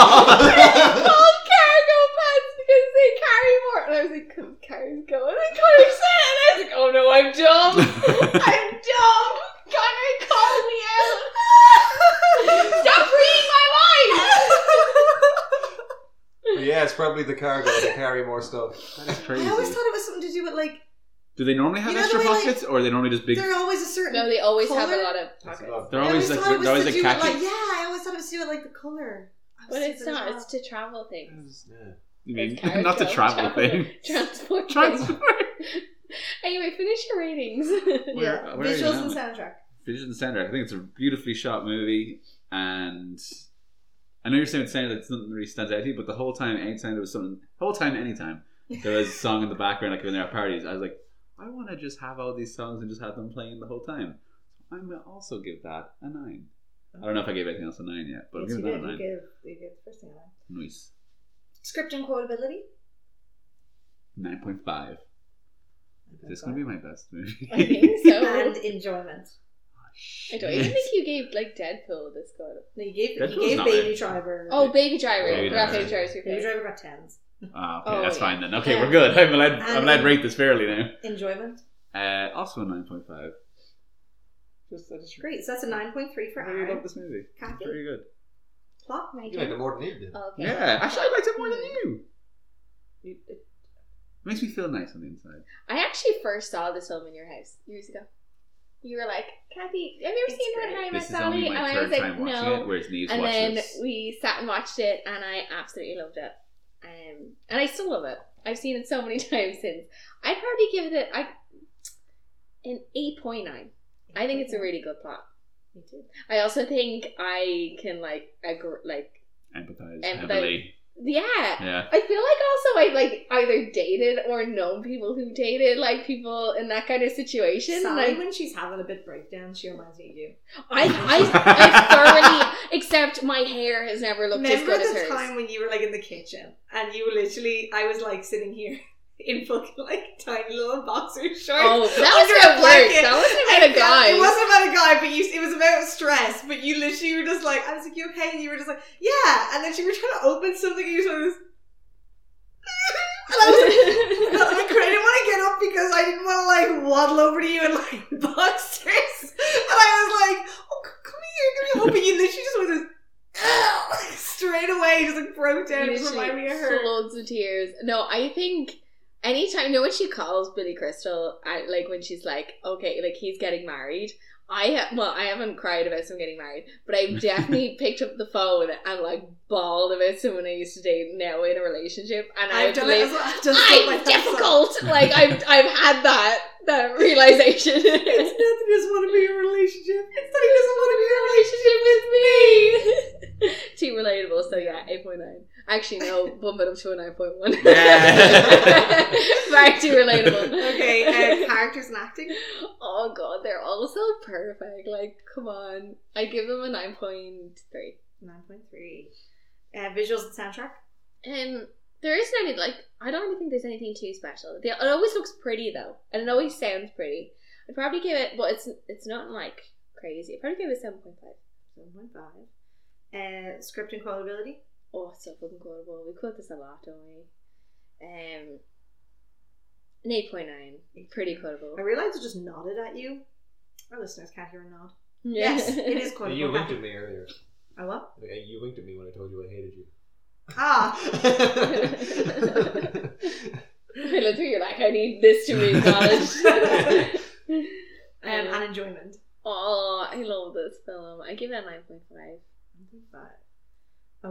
Speaker 2: called cargo pants because they carry more. And I was like, "Cause cars go," and I got upset, and I was like, "Oh no, I'm dumb. I'm dumb." Connor called me out. Stop reading my mind.
Speaker 1: But yeah, it's probably the cargo. They carry more stuff.
Speaker 3: That is
Speaker 4: I always
Speaker 3: crazy.
Speaker 4: thought it was something to do with like
Speaker 3: Do they normally have
Speaker 4: You know
Speaker 3: extra
Speaker 4: the way, like,
Speaker 3: pockets, or are they normally just big?
Speaker 4: they're always a certain.
Speaker 2: no, they always have a
Speaker 4: Colour?
Speaker 2: lot of
Speaker 1: That's a
Speaker 2: pockets.
Speaker 1: lot.
Speaker 3: They're
Speaker 4: I
Speaker 3: always like
Speaker 4: always thought it
Speaker 3: they're always
Speaker 4: was to
Speaker 3: like
Speaker 4: do with like
Speaker 3: khaki.
Speaker 4: yeah. I always thought it was to do with like the color. I was
Speaker 2: But it's
Speaker 4: thinking
Speaker 2: not.
Speaker 4: as
Speaker 2: It's to travel things.
Speaker 3: You mean
Speaker 2: It's cargo,
Speaker 3: not the travel thing?
Speaker 2: Transport.
Speaker 3: Transport.
Speaker 2: Anyway, finish your ratings.
Speaker 4: well.
Speaker 3: Where-
Speaker 4: yeah.
Speaker 3: where are you
Speaker 4: Visuals
Speaker 3: now?
Speaker 4: and soundtrack.
Speaker 3: Vision and Soundtrack. I think it's a beautifully shot movie, and I know you're saying it's saying that it's nothing really stands out to you, but the whole time, anytime there was something, whole time, anytime there was a song in the background, like when they're at parties, I was like, I want to just have all these songs and just have them playing the whole time. I'm gonna also give that a nine. I don't know if I gave anything else a nine yet, but I'm
Speaker 4: Yes, you
Speaker 3: giving that a nine.
Speaker 4: did. You gave you gave the first thing I liked.
Speaker 3: Nice,
Speaker 4: Script and quotability.
Speaker 3: nine point five. This is gonna be my best movie.
Speaker 2: I think so.
Speaker 4: and enjoyment.
Speaker 2: I don't even think you gave like Deadpool this code.
Speaker 4: No, you gave
Speaker 3: Deadpool's
Speaker 4: you gave
Speaker 3: not
Speaker 4: Baby
Speaker 3: bad.
Speaker 4: Driver.
Speaker 2: Oh, Baby Driver.
Speaker 3: Baby
Speaker 2: I forgot Baby
Speaker 3: Driver.
Speaker 2: Driver's your
Speaker 4: Baby
Speaker 2: favorite.
Speaker 4: Driver got tens.
Speaker 3: Ah, okay,
Speaker 2: Oh,
Speaker 3: that's
Speaker 2: yeah.
Speaker 3: fine then. Okay, we're good. I'm allowed. I'm
Speaker 4: And-
Speaker 3: allowed to rate this fairly now.
Speaker 4: Enjoyment.
Speaker 3: Uh, also a 9.5. Just, I just
Speaker 4: Great. So that's a nine point three for
Speaker 3: I really love
Speaker 4: our
Speaker 3: this movie.
Speaker 4: Kathy?
Speaker 3: Very good.
Speaker 4: plot.
Speaker 1: You
Speaker 2: Oh
Speaker 1: like it more than you did.
Speaker 2: Okay.
Speaker 3: Yeah, actually, I liked it more
Speaker 2: Hmm.
Speaker 3: than you. It makes me feel nice on the inside.
Speaker 2: I actually first saw this film in your house years ago. You were like, Kathy, have you ever
Speaker 4: It's
Speaker 2: seen
Speaker 4: great.
Speaker 2: When Harry Met
Speaker 3: This is
Speaker 2: Sally?
Speaker 3: only
Speaker 2: And
Speaker 3: my
Speaker 2: I was
Speaker 3: third
Speaker 2: like,
Speaker 3: time watching it,
Speaker 2: no.
Speaker 3: whereas Neve's
Speaker 2: And
Speaker 3: watched
Speaker 2: then
Speaker 3: this.
Speaker 2: we sat and watched it, and I absolutely loved it. Um, and I still love it. I've seen it so many times since. I'd probably give it I, an 8.9. I think it's a really good plot.
Speaker 4: Me too.
Speaker 2: I also think I can, like, agr like,
Speaker 3: Empathize
Speaker 2: Empathise.
Speaker 3: heavily.
Speaker 2: yeah,
Speaker 3: Yeah.
Speaker 2: I feel like also I like either dated or known people who dated like people in that kind of situation.
Speaker 4: Sally,
Speaker 2: Like
Speaker 4: when she's having a bit breakdown, she reminds me of you.
Speaker 2: I, I, I thoroughly except my hair has never looked as
Speaker 4: Remember
Speaker 2: good as
Speaker 4: the
Speaker 2: hers.
Speaker 4: time when you were like in the kitchen and you were literally, I was like sitting here in fucking like tiny little boxer shorts.
Speaker 2: Oh, that
Speaker 4: under
Speaker 2: was
Speaker 4: a
Speaker 2: about work.
Speaker 4: blanket.
Speaker 2: That wasn't about a
Speaker 4: And, uh,
Speaker 2: guy.
Speaker 4: It wasn't about a guy, but you, it was about stress. But you literally were just like, I was like, you okay? And you were just like, yeah. And then she were trying to open something and you were just like, this. and I was like, and I didn't want to get up because I didn't want to like waddle over to you in like boxers. And I was like, oh, c- come here, come here. Hoping you literally just went this straight away, just like broke down and
Speaker 2: Literally
Speaker 4: reminded me of her.
Speaker 2: Floods of tears. No, I think anytime, you know what she calls Billy Crystal, I, like when she's like, okay, like he's getting married. I have, well, I haven't cried about someone getting married, but I've definitely picked up the phone and like bawled about someone I used to date now in a relationship. And I've,
Speaker 4: I've done it
Speaker 2: lived-
Speaker 4: as well. I've done stuff
Speaker 2: I'm
Speaker 4: like that.
Speaker 2: difficult. Like I've, I've had that that realization.
Speaker 4: It's not that he doesn't want to be in a relationship. It's that he doesn't want to be in a relationship.
Speaker 2: relationship with me. Too relatable. So yeah, eight point nine. Actually, no, bump it up to a nine point one.
Speaker 3: Yeah.
Speaker 2: Far too relatable.
Speaker 4: Okay, uh, characters and acting.
Speaker 2: oh god, they're all so perfect. Like, come on, I give them a nine point three.
Speaker 4: 9.3. Uh, visuals and soundtrack.
Speaker 2: Um, there isn't any like I don't really think there's anything too special. They, it always looks pretty though, and it always sounds pretty. I'd probably give it, but it's it's not like crazy. I'd probably give it seven point five.
Speaker 4: 7.5. Uh, script and quotability.
Speaker 2: Oh, it's so fucking quotable. We quote this a lot, don't we? Um, an eight point nine, pretty quotable.
Speaker 4: I realised I just nodded at you. Our listeners can't hear a nod.
Speaker 2: Yeah.
Speaker 4: Yes, it is Oh, quotable.
Speaker 1: You winked at me earlier.
Speaker 4: I what?
Speaker 1: Yeah, You winked at me when I told you I hated you.
Speaker 4: Ah,
Speaker 2: I looked through. You're like, I need this to be acknowledged.
Speaker 4: um, and enjoyment.
Speaker 2: oh, I love this film. I give it a nine point five.
Speaker 4: 9.5.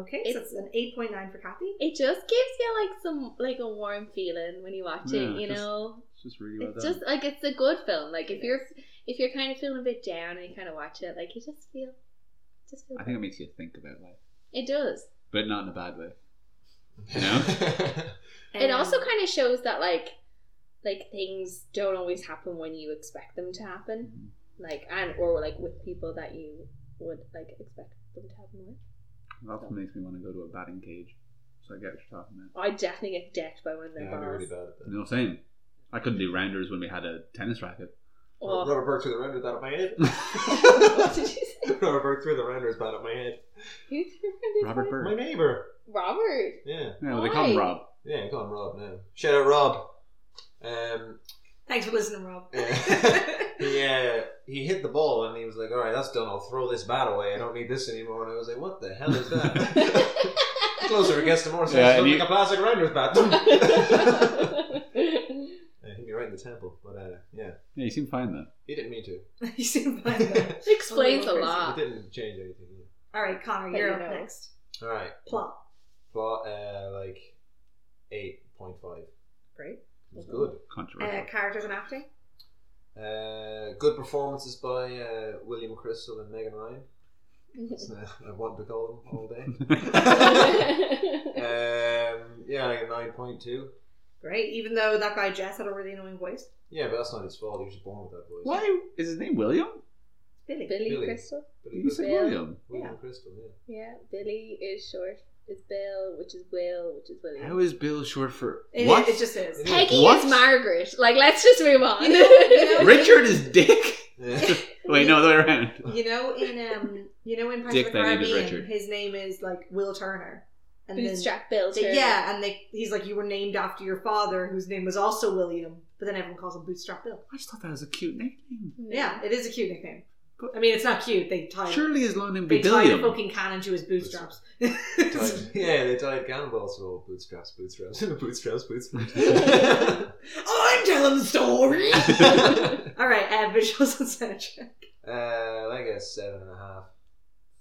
Speaker 4: Okay, so it's an 8.9 for Kathy.
Speaker 2: It just gives you like some like a warm feeling when you watch
Speaker 3: Yeah,
Speaker 2: it. You
Speaker 3: just-
Speaker 2: know,
Speaker 3: It's just really well
Speaker 2: it's
Speaker 3: done.
Speaker 2: just like it's a good film. Like if
Speaker 4: It
Speaker 2: you're if you're kind of feeling a bit down and you kind of watch it, like you just feel, just feel.
Speaker 3: I think it makes you think about life,
Speaker 2: It does.
Speaker 3: but not in a bad way.
Speaker 2: it
Speaker 4: Um,
Speaker 2: also kind of shows that like like things don't always happen when you expect them to happen like and or like with people that you would like expect them to happen with
Speaker 3: It often makes me want to go to a batting cage. So I get what you're talking about.
Speaker 2: i definitely get decked by one of
Speaker 1: Yeah,
Speaker 2: their
Speaker 1: I'd be really
Speaker 2: balls
Speaker 1: bad at that.
Speaker 3: You know what I'm saying? I couldn't do rounders when we had a tennis racket.
Speaker 2: Oh.
Speaker 1: Rubber bird through the render bad at my head.
Speaker 2: what did you say?
Speaker 1: Rubber bird through the render is bad at my head.
Speaker 2: Who threw it in
Speaker 3: Robert
Speaker 2: his
Speaker 1: My
Speaker 3: Bird.
Speaker 1: neighbor.
Speaker 2: head? Robert.
Speaker 1: Yeah.
Speaker 3: No, they call him
Speaker 2: Why?
Speaker 3: Rob.
Speaker 1: Yeah, you call him Rob now. Shout out Rob. Um,
Speaker 4: Thanks for listening, Rob.
Speaker 1: Yeah. he uh, he hit the ball and he was like, "All right, that's done. I'll throw this bat away. I don't need this anymore." And I was like, "What the hell is that?" The Closer it gets, the more it
Speaker 3: Yeah,
Speaker 1: yeah,
Speaker 3: and
Speaker 1: like
Speaker 3: you-
Speaker 1: a plastic Rounders bat. uh, hit me right in the temple, but uh, yeah,
Speaker 3: Yeah, you seem fine though.
Speaker 1: he didn't mean to.
Speaker 4: you seem fine. though.
Speaker 1: it
Speaker 2: Explains a
Speaker 4: Crazy.
Speaker 2: lot.
Speaker 1: didn't change anything. yeah.
Speaker 4: All right, Connor,
Speaker 2: But
Speaker 4: you're
Speaker 2: you
Speaker 4: up
Speaker 2: know.
Speaker 4: next.
Speaker 1: All right,
Speaker 4: Plot.
Speaker 1: but uh, like eight point five.
Speaker 4: Great.
Speaker 1: It was good.
Speaker 4: Uh,
Speaker 3: Controversial.
Speaker 4: characters and acting.
Speaker 1: Uh, good performances by uh, William Crystal and Megan Ryan. That's, uh, I want to call them all day. Um, yeah, like a nine point two.
Speaker 4: Great. Even though that guy Jess had a really annoying voice.
Speaker 1: Yeah, but that's not his fault. He was just born with that voice.
Speaker 3: Why is his name William?
Speaker 4: Billy.
Speaker 2: Billy
Speaker 1: Billy.
Speaker 2: Crystal?
Speaker 1: But he
Speaker 3: You
Speaker 1: was
Speaker 3: said
Speaker 2: Bill.
Speaker 3: William.
Speaker 1: William
Speaker 4: Yeah.
Speaker 1: Crystal. Yeah.
Speaker 2: Yeah, Billy is short. It's Bill, which is Will, which is William.
Speaker 3: How is Bill short for
Speaker 4: It,
Speaker 3: what?
Speaker 4: It just is.
Speaker 1: It
Speaker 2: Peggy
Speaker 3: What?
Speaker 2: is Margaret. Like, let's just move on.
Speaker 4: You know- you know-
Speaker 3: Richard is Dick.
Speaker 1: Yeah.
Speaker 3: Wait, no, the way around.
Speaker 4: You know in um, you know in Pirates
Speaker 3: Dick,
Speaker 4: of the
Speaker 3: that name is
Speaker 4: Caribbean,
Speaker 3: Richard.
Speaker 4: his name is like Will Turner, and then
Speaker 2: Bootstrap Bill.
Speaker 4: they-
Speaker 2: Turner.
Speaker 4: yeah, and they he's like you were named after your father, whose name was also William, but then everyone calls him Bootstrap Bill.
Speaker 3: I just thought that was a cute nickname.
Speaker 2: No.
Speaker 4: Yeah, it is a cute nickname.
Speaker 3: But-
Speaker 4: I mean, it's not cute. They tie
Speaker 3: Surely his long name be
Speaker 4: they tie a
Speaker 3: Billiam.
Speaker 4: fucking cannon to his bootstraps.
Speaker 1: Tied- yeah, they tied cannonballs to all bootstraps, bootstraps, bootstraps, bootstraps.
Speaker 4: Oh, I'm telling the story.
Speaker 1: uh,
Speaker 4: All right, uh, visuals and soundtrack.
Speaker 1: like a seven and a half.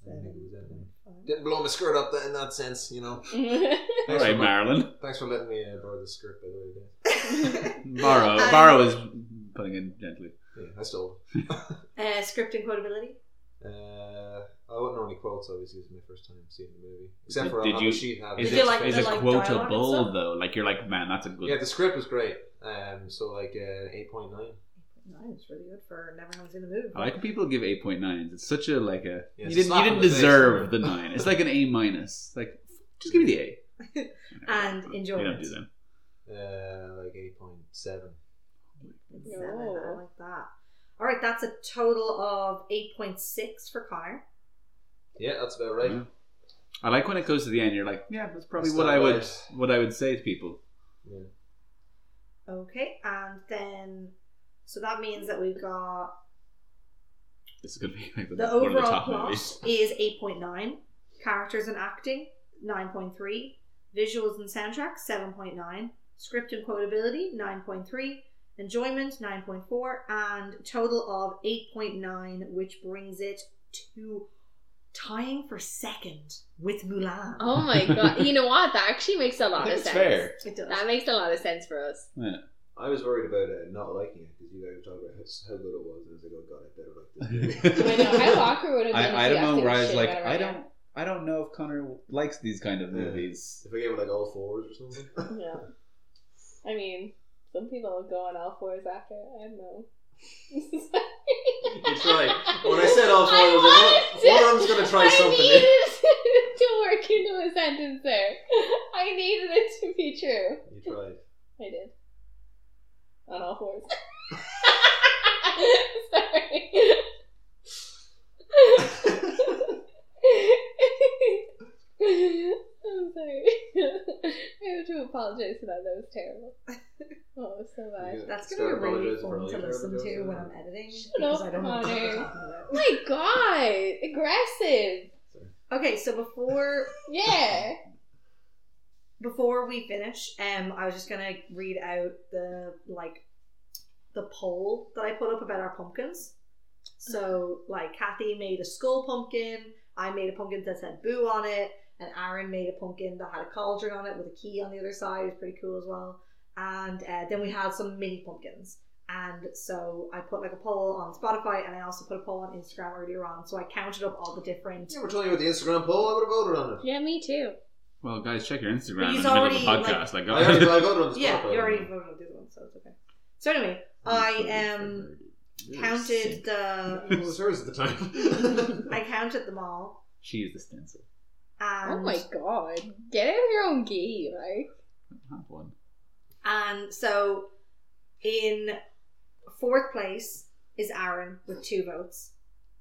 Speaker 1: I think it was that name. Didn't blow my skirt up tha- in that sense, you know.
Speaker 3: All
Speaker 1: Thanks,
Speaker 3: right,
Speaker 1: for,
Speaker 3: Marilyn.
Speaker 1: thanks for letting me uh, borrow the skirt, by the way. Dan.
Speaker 3: Borrow.
Speaker 4: Um,
Speaker 3: Borrow is putting in gently.
Speaker 1: Yeah, I stole.
Speaker 4: Uh, script and quotability.
Speaker 1: it. Uh, I wouldn't know any quotes. I was using my first time seeing the movie, except for I'll
Speaker 3: Did
Speaker 1: have
Speaker 3: you-
Speaker 1: a sheet. have
Speaker 3: Is
Speaker 4: Did
Speaker 3: it,
Speaker 4: you like
Speaker 3: is
Speaker 4: the,
Speaker 3: it
Speaker 4: like, dialogue and
Speaker 3: quotable
Speaker 4: stuff?
Speaker 3: though? Like you're like, man, that's a good.
Speaker 1: Yeah, the script was great. Um, so like uh, eight point nine.
Speaker 4: No, it's really good for never having seen the movie.
Speaker 3: I like when people give eight point nines. It's such a like a
Speaker 1: Yeah,
Speaker 3: you
Speaker 1: it's a
Speaker 3: didn't you
Speaker 1: slap
Speaker 3: didn't
Speaker 1: in the face,
Speaker 3: deserve
Speaker 1: right?
Speaker 3: the nine. It's like an A minus. Like just give me the A.
Speaker 4: And
Speaker 3: you don't
Speaker 4: enjoyment.
Speaker 3: do them.
Speaker 1: Uh, like eight point seven.
Speaker 4: Seven,
Speaker 2: No.
Speaker 4: I like that. All right, that's a total of eight point six for Connor.
Speaker 1: Yeah, that's about right.
Speaker 3: Yeah. I like when it goes to the end. You're like, yeah, that's probably
Speaker 1: It's
Speaker 3: what
Speaker 1: not
Speaker 3: I would
Speaker 1: nice.
Speaker 3: what I would say to people.
Speaker 4: Okay, and then so that means that we've got
Speaker 3: This is gonna be like the,
Speaker 4: the
Speaker 3: one of the
Speaker 4: overall
Speaker 3: top
Speaker 4: plot
Speaker 3: movies.
Speaker 4: is eight point nine, characters and acting nine point three, visuals and soundtrack seven point nine, script and quotability nine point three, enjoyment nine point four, and total of eight point nine, which brings it to tying for second with Mulan.
Speaker 2: Oh my god. You know what? That actually makes a lot of sense.
Speaker 4: It does.
Speaker 2: That makes a lot of sense for us.
Speaker 1: I was worried about uh, not liking it because you guys were talking about how, how good it was, and I was like, "Oh god, I better like this."
Speaker 2: I know. How Walker would have been.
Speaker 3: I, I
Speaker 2: if he
Speaker 3: don't know.
Speaker 2: actually
Speaker 3: Ryan's
Speaker 2: shit
Speaker 3: like,
Speaker 2: about it
Speaker 3: I
Speaker 2: right
Speaker 3: don't, I don't know if Connor likes these kind of
Speaker 1: Yeah.
Speaker 3: movies.
Speaker 1: if I gave it like all fours or something.
Speaker 2: now. Yeah. I mean, some people go on all fours after. I don't know.
Speaker 1: it's like when I said all four, I was
Speaker 2: wanted
Speaker 1: like, "One one of them's gonna try
Speaker 2: I
Speaker 1: something."
Speaker 2: needed to work into a sentence there. I needed it to be true.
Speaker 1: You tried.
Speaker 2: I did. On all fours. Sorry. I'm sorry. I have to apologize for that. That was terrible. Oh, it was so bad.
Speaker 1: You
Speaker 4: That's
Speaker 1: start
Speaker 4: gonna be
Speaker 1: apologizing
Speaker 4: really
Speaker 1: for
Speaker 4: fun
Speaker 1: all
Speaker 4: to
Speaker 1: your
Speaker 4: listen
Speaker 1: terrible
Speaker 4: to
Speaker 1: jokes.
Speaker 4: when I'm editing
Speaker 2: Shut
Speaker 4: because
Speaker 2: up,
Speaker 4: I don't know what
Speaker 2: Connor.
Speaker 4: I'm talking about.
Speaker 2: Oh My God, aggressive.
Speaker 4: Okay, so before
Speaker 2: Yeah.
Speaker 4: before we finish, um, I was just gonna read out the like the poll that I put up about our pumpkins. So like Kathy made a skull pumpkin, I made a pumpkin that said boo on it, and Aaron made a pumpkin that had a cauldron on it with a key on the other side. It was pretty cool as well. And uh, then we had some mini pumpkins. And so I put like a poll on Spotify, and I also put a poll on Instagram earlier on. So I counted up all the different.
Speaker 1: You never told me about the Instagram poll. I would have voted on it.
Speaker 2: Yeah, me too.
Speaker 3: Well, guys, check your Instagram
Speaker 4: But
Speaker 3: in
Speaker 4: he's
Speaker 3: the middle of a
Speaker 4: already, like-
Speaker 3: podcast. Like,
Speaker 1: I already I voted on the
Speaker 4: Yeah,
Speaker 1: Spotify
Speaker 4: you already
Speaker 1: one.
Speaker 4: voted on the other one, so it's okay. So anyway, I um counted
Speaker 1: Who
Speaker 4: the
Speaker 1: was hers at the time?
Speaker 4: I counted them all.
Speaker 3: She is the stencil.
Speaker 4: And,
Speaker 2: Oh my God. Get out of your own game. Like,
Speaker 3: I don't have one.
Speaker 4: and so in fourth place is Aaron with two votes,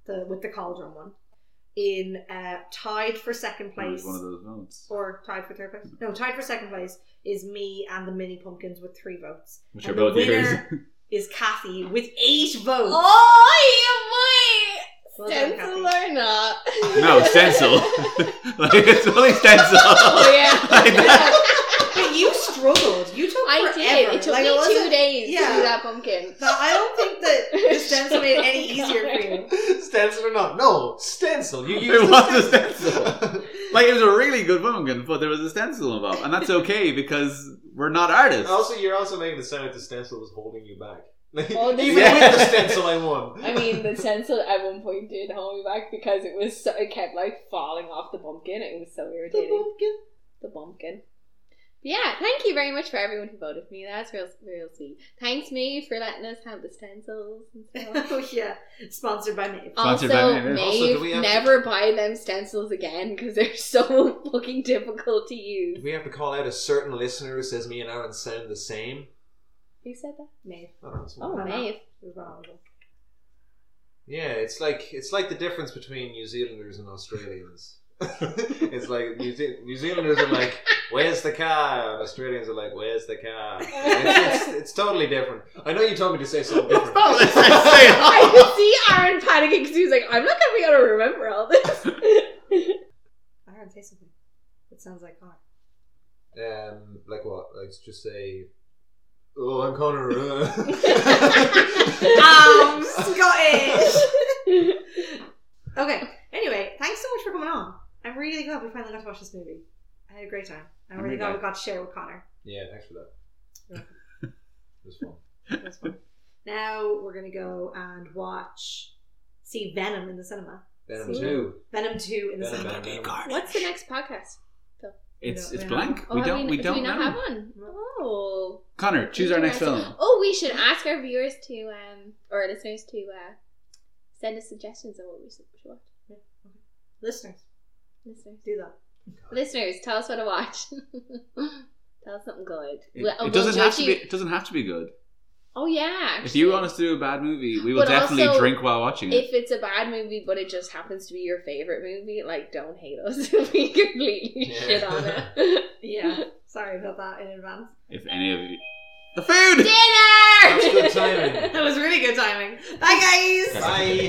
Speaker 4: the with the cauldron one. In uh, tied for second
Speaker 3: It
Speaker 4: place,
Speaker 3: was one of those votes.
Speaker 4: or tied for third place? No, tied for second place is me and the mini pumpkins with three votes.
Speaker 3: Which
Speaker 4: and
Speaker 3: are
Speaker 4: the
Speaker 3: both yours.
Speaker 4: winner- Is Kathy with eight votes?
Speaker 2: Oh, yeah,
Speaker 4: Well
Speaker 2: boy!
Speaker 4: done,
Speaker 2: Stencil
Speaker 4: Kathy.
Speaker 2: or not?
Speaker 3: No, stencil. like, it's only stencil.
Speaker 2: oh, yeah.
Speaker 3: Like that.
Speaker 4: But you struggled. You took
Speaker 2: I
Speaker 4: forever.
Speaker 2: did. It took
Speaker 4: Like,
Speaker 2: me
Speaker 4: wasn't-
Speaker 2: two days
Speaker 4: yeah.
Speaker 2: to do that pumpkin.
Speaker 4: No, I don't think that the stencil made it any easier for you.
Speaker 1: stencil or not? No, stencil. You
Speaker 3: It
Speaker 1: used
Speaker 3: was
Speaker 1: the
Speaker 3: a
Speaker 1: stencil.
Speaker 3: Like, it was a really good pumpkin, but there was a stencil involved. And that's okay because we're not artists.
Speaker 1: also, you're also making the sound that the stencil was holding you back. Like,
Speaker 2: Oh, this-
Speaker 1: Even
Speaker 3: Yeah.
Speaker 1: with the stencil, I won.
Speaker 2: I mean, the stencil at one point did hold me back because it was so, it kept like falling off the pumpkin. It was so irritating. The pumpkin. But yeah, thank you very much for everyone who voted for me. That's real, real sweet. Thanks, me, for letting us have the stencils and stuff.
Speaker 4: oh yeah, sponsored by Maeve.
Speaker 3: Sponsored by
Speaker 2: also,
Speaker 3: Maeve.
Speaker 1: Also, do we
Speaker 2: Maeve,
Speaker 1: have to-
Speaker 2: never buy them stencils again because they're so fucking difficult to
Speaker 1: Do
Speaker 2: use.
Speaker 1: we have to call out a certain listener who says me and Aaron sound the same?
Speaker 2: Who said that?
Speaker 4: Maeve.
Speaker 1: I don't know, it's-
Speaker 2: Oh,
Speaker 4: Uh-huh.
Speaker 2: Maeve.
Speaker 4: was horrible.
Speaker 1: Yeah, it's like it's like the difference between New Zealanders and Australians. it's like New, Ze- New Zealanders are like, "Where's the car?" and Australians are like, "Where's the car?" It's, it's, it's totally different. I know you told me to say something different.
Speaker 2: Oh,
Speaker 3: Let's not say it.
Speaker 2: I could see Aaron panicking because he was like, I'm not going to be able to remember all this.
Speaker 4: Aaron, say something. It sounds like car.
Speaker 1: Um, like what? Like just say, "Oh, I'm Connor."
Speaker 4: I'm Um, Scottish. okay. Anyway, thanks so much for coming on. I'm really glad we finally got to watch this movie. I had a great time. I'm
Speaker 3: I'm
Speaker 4: really
Speaker 3: really
Speaker 4: glad we
Speaker 3: glad.
Speaker 4: got to share with Connor.
Speaker 1: yeah, thanks for that.
Speaker 4: Yeah.
Speaker 1: It was fun.
Speaker 4: That was fun. now we're gonna go and watch, see Venom in the cinema.
Speaker 1: Venom
Speaker 4: See?
Speaker 1: two.
Speaker 4: Venom two in the
Speaker 1: Venom,
Speaker 4: cinema.
Speaker 1: Venom, Venom.
Speaker 2: What's the next podcast?
Speaker 3: It's,
Speaker 4: We
Speaker 3: it's
Speaker 4: don't know.
Speaker 3: blank.
Speaker 2: Oh,
Speaker 3: we
Speaker 2: have
Speaker 3: don't, we,
Speaker 2: do
Speaker 3: don't
Speaker 2: we not
Speaker 3: know.
Speaker 2: have one? Oh.
Speaker 3: Connor, choose our next
Speaker 2: Interesting.
Speaker 3: film.
Speaker 2: Oh, we should ask our viewers to, um, or our listeners to uh, send us suggestions of what we should should watch.
Speaker 4: Listeners,
Speaker 2: Listeners.
Speaker 4: do that.
Speaker 2: Listeners, tell us what to watch. tell us something good.
Speaker 3: It,
Speaker 2: We'll-
Speaker 3: it
Speaker 2: oh, we'll
Speaker 3: doesn't have
Speaker 2: judge
Speaker 3: to
Speaker 2: you-
Speaker 3: be. It doesn't have to be good.
Speaker 2: Oh, yeah.
Speaker 3: If you
Speaker 2: actually.
Speaker 3: want us to do a bad movie, we will
Speaker 2: But
Speaker 3: definitely
Speaker 2: also,
Speaker 3: drink while watching it.
Speaker 2: if it's a bad movie but it just happens to be your favorite movie like don't hate us if we completely
Speaker 1: Yeah.
Speaker 2: shit on it
Speaker 4: Yeah. Sorry about that in advance.
Speaker 3: If, any of you, the food.
Speaker 2: dinner
Speaker 1: That's good timing.
Speaker 4: That was really good timing. Bye guys.
Speaker 1: Bye.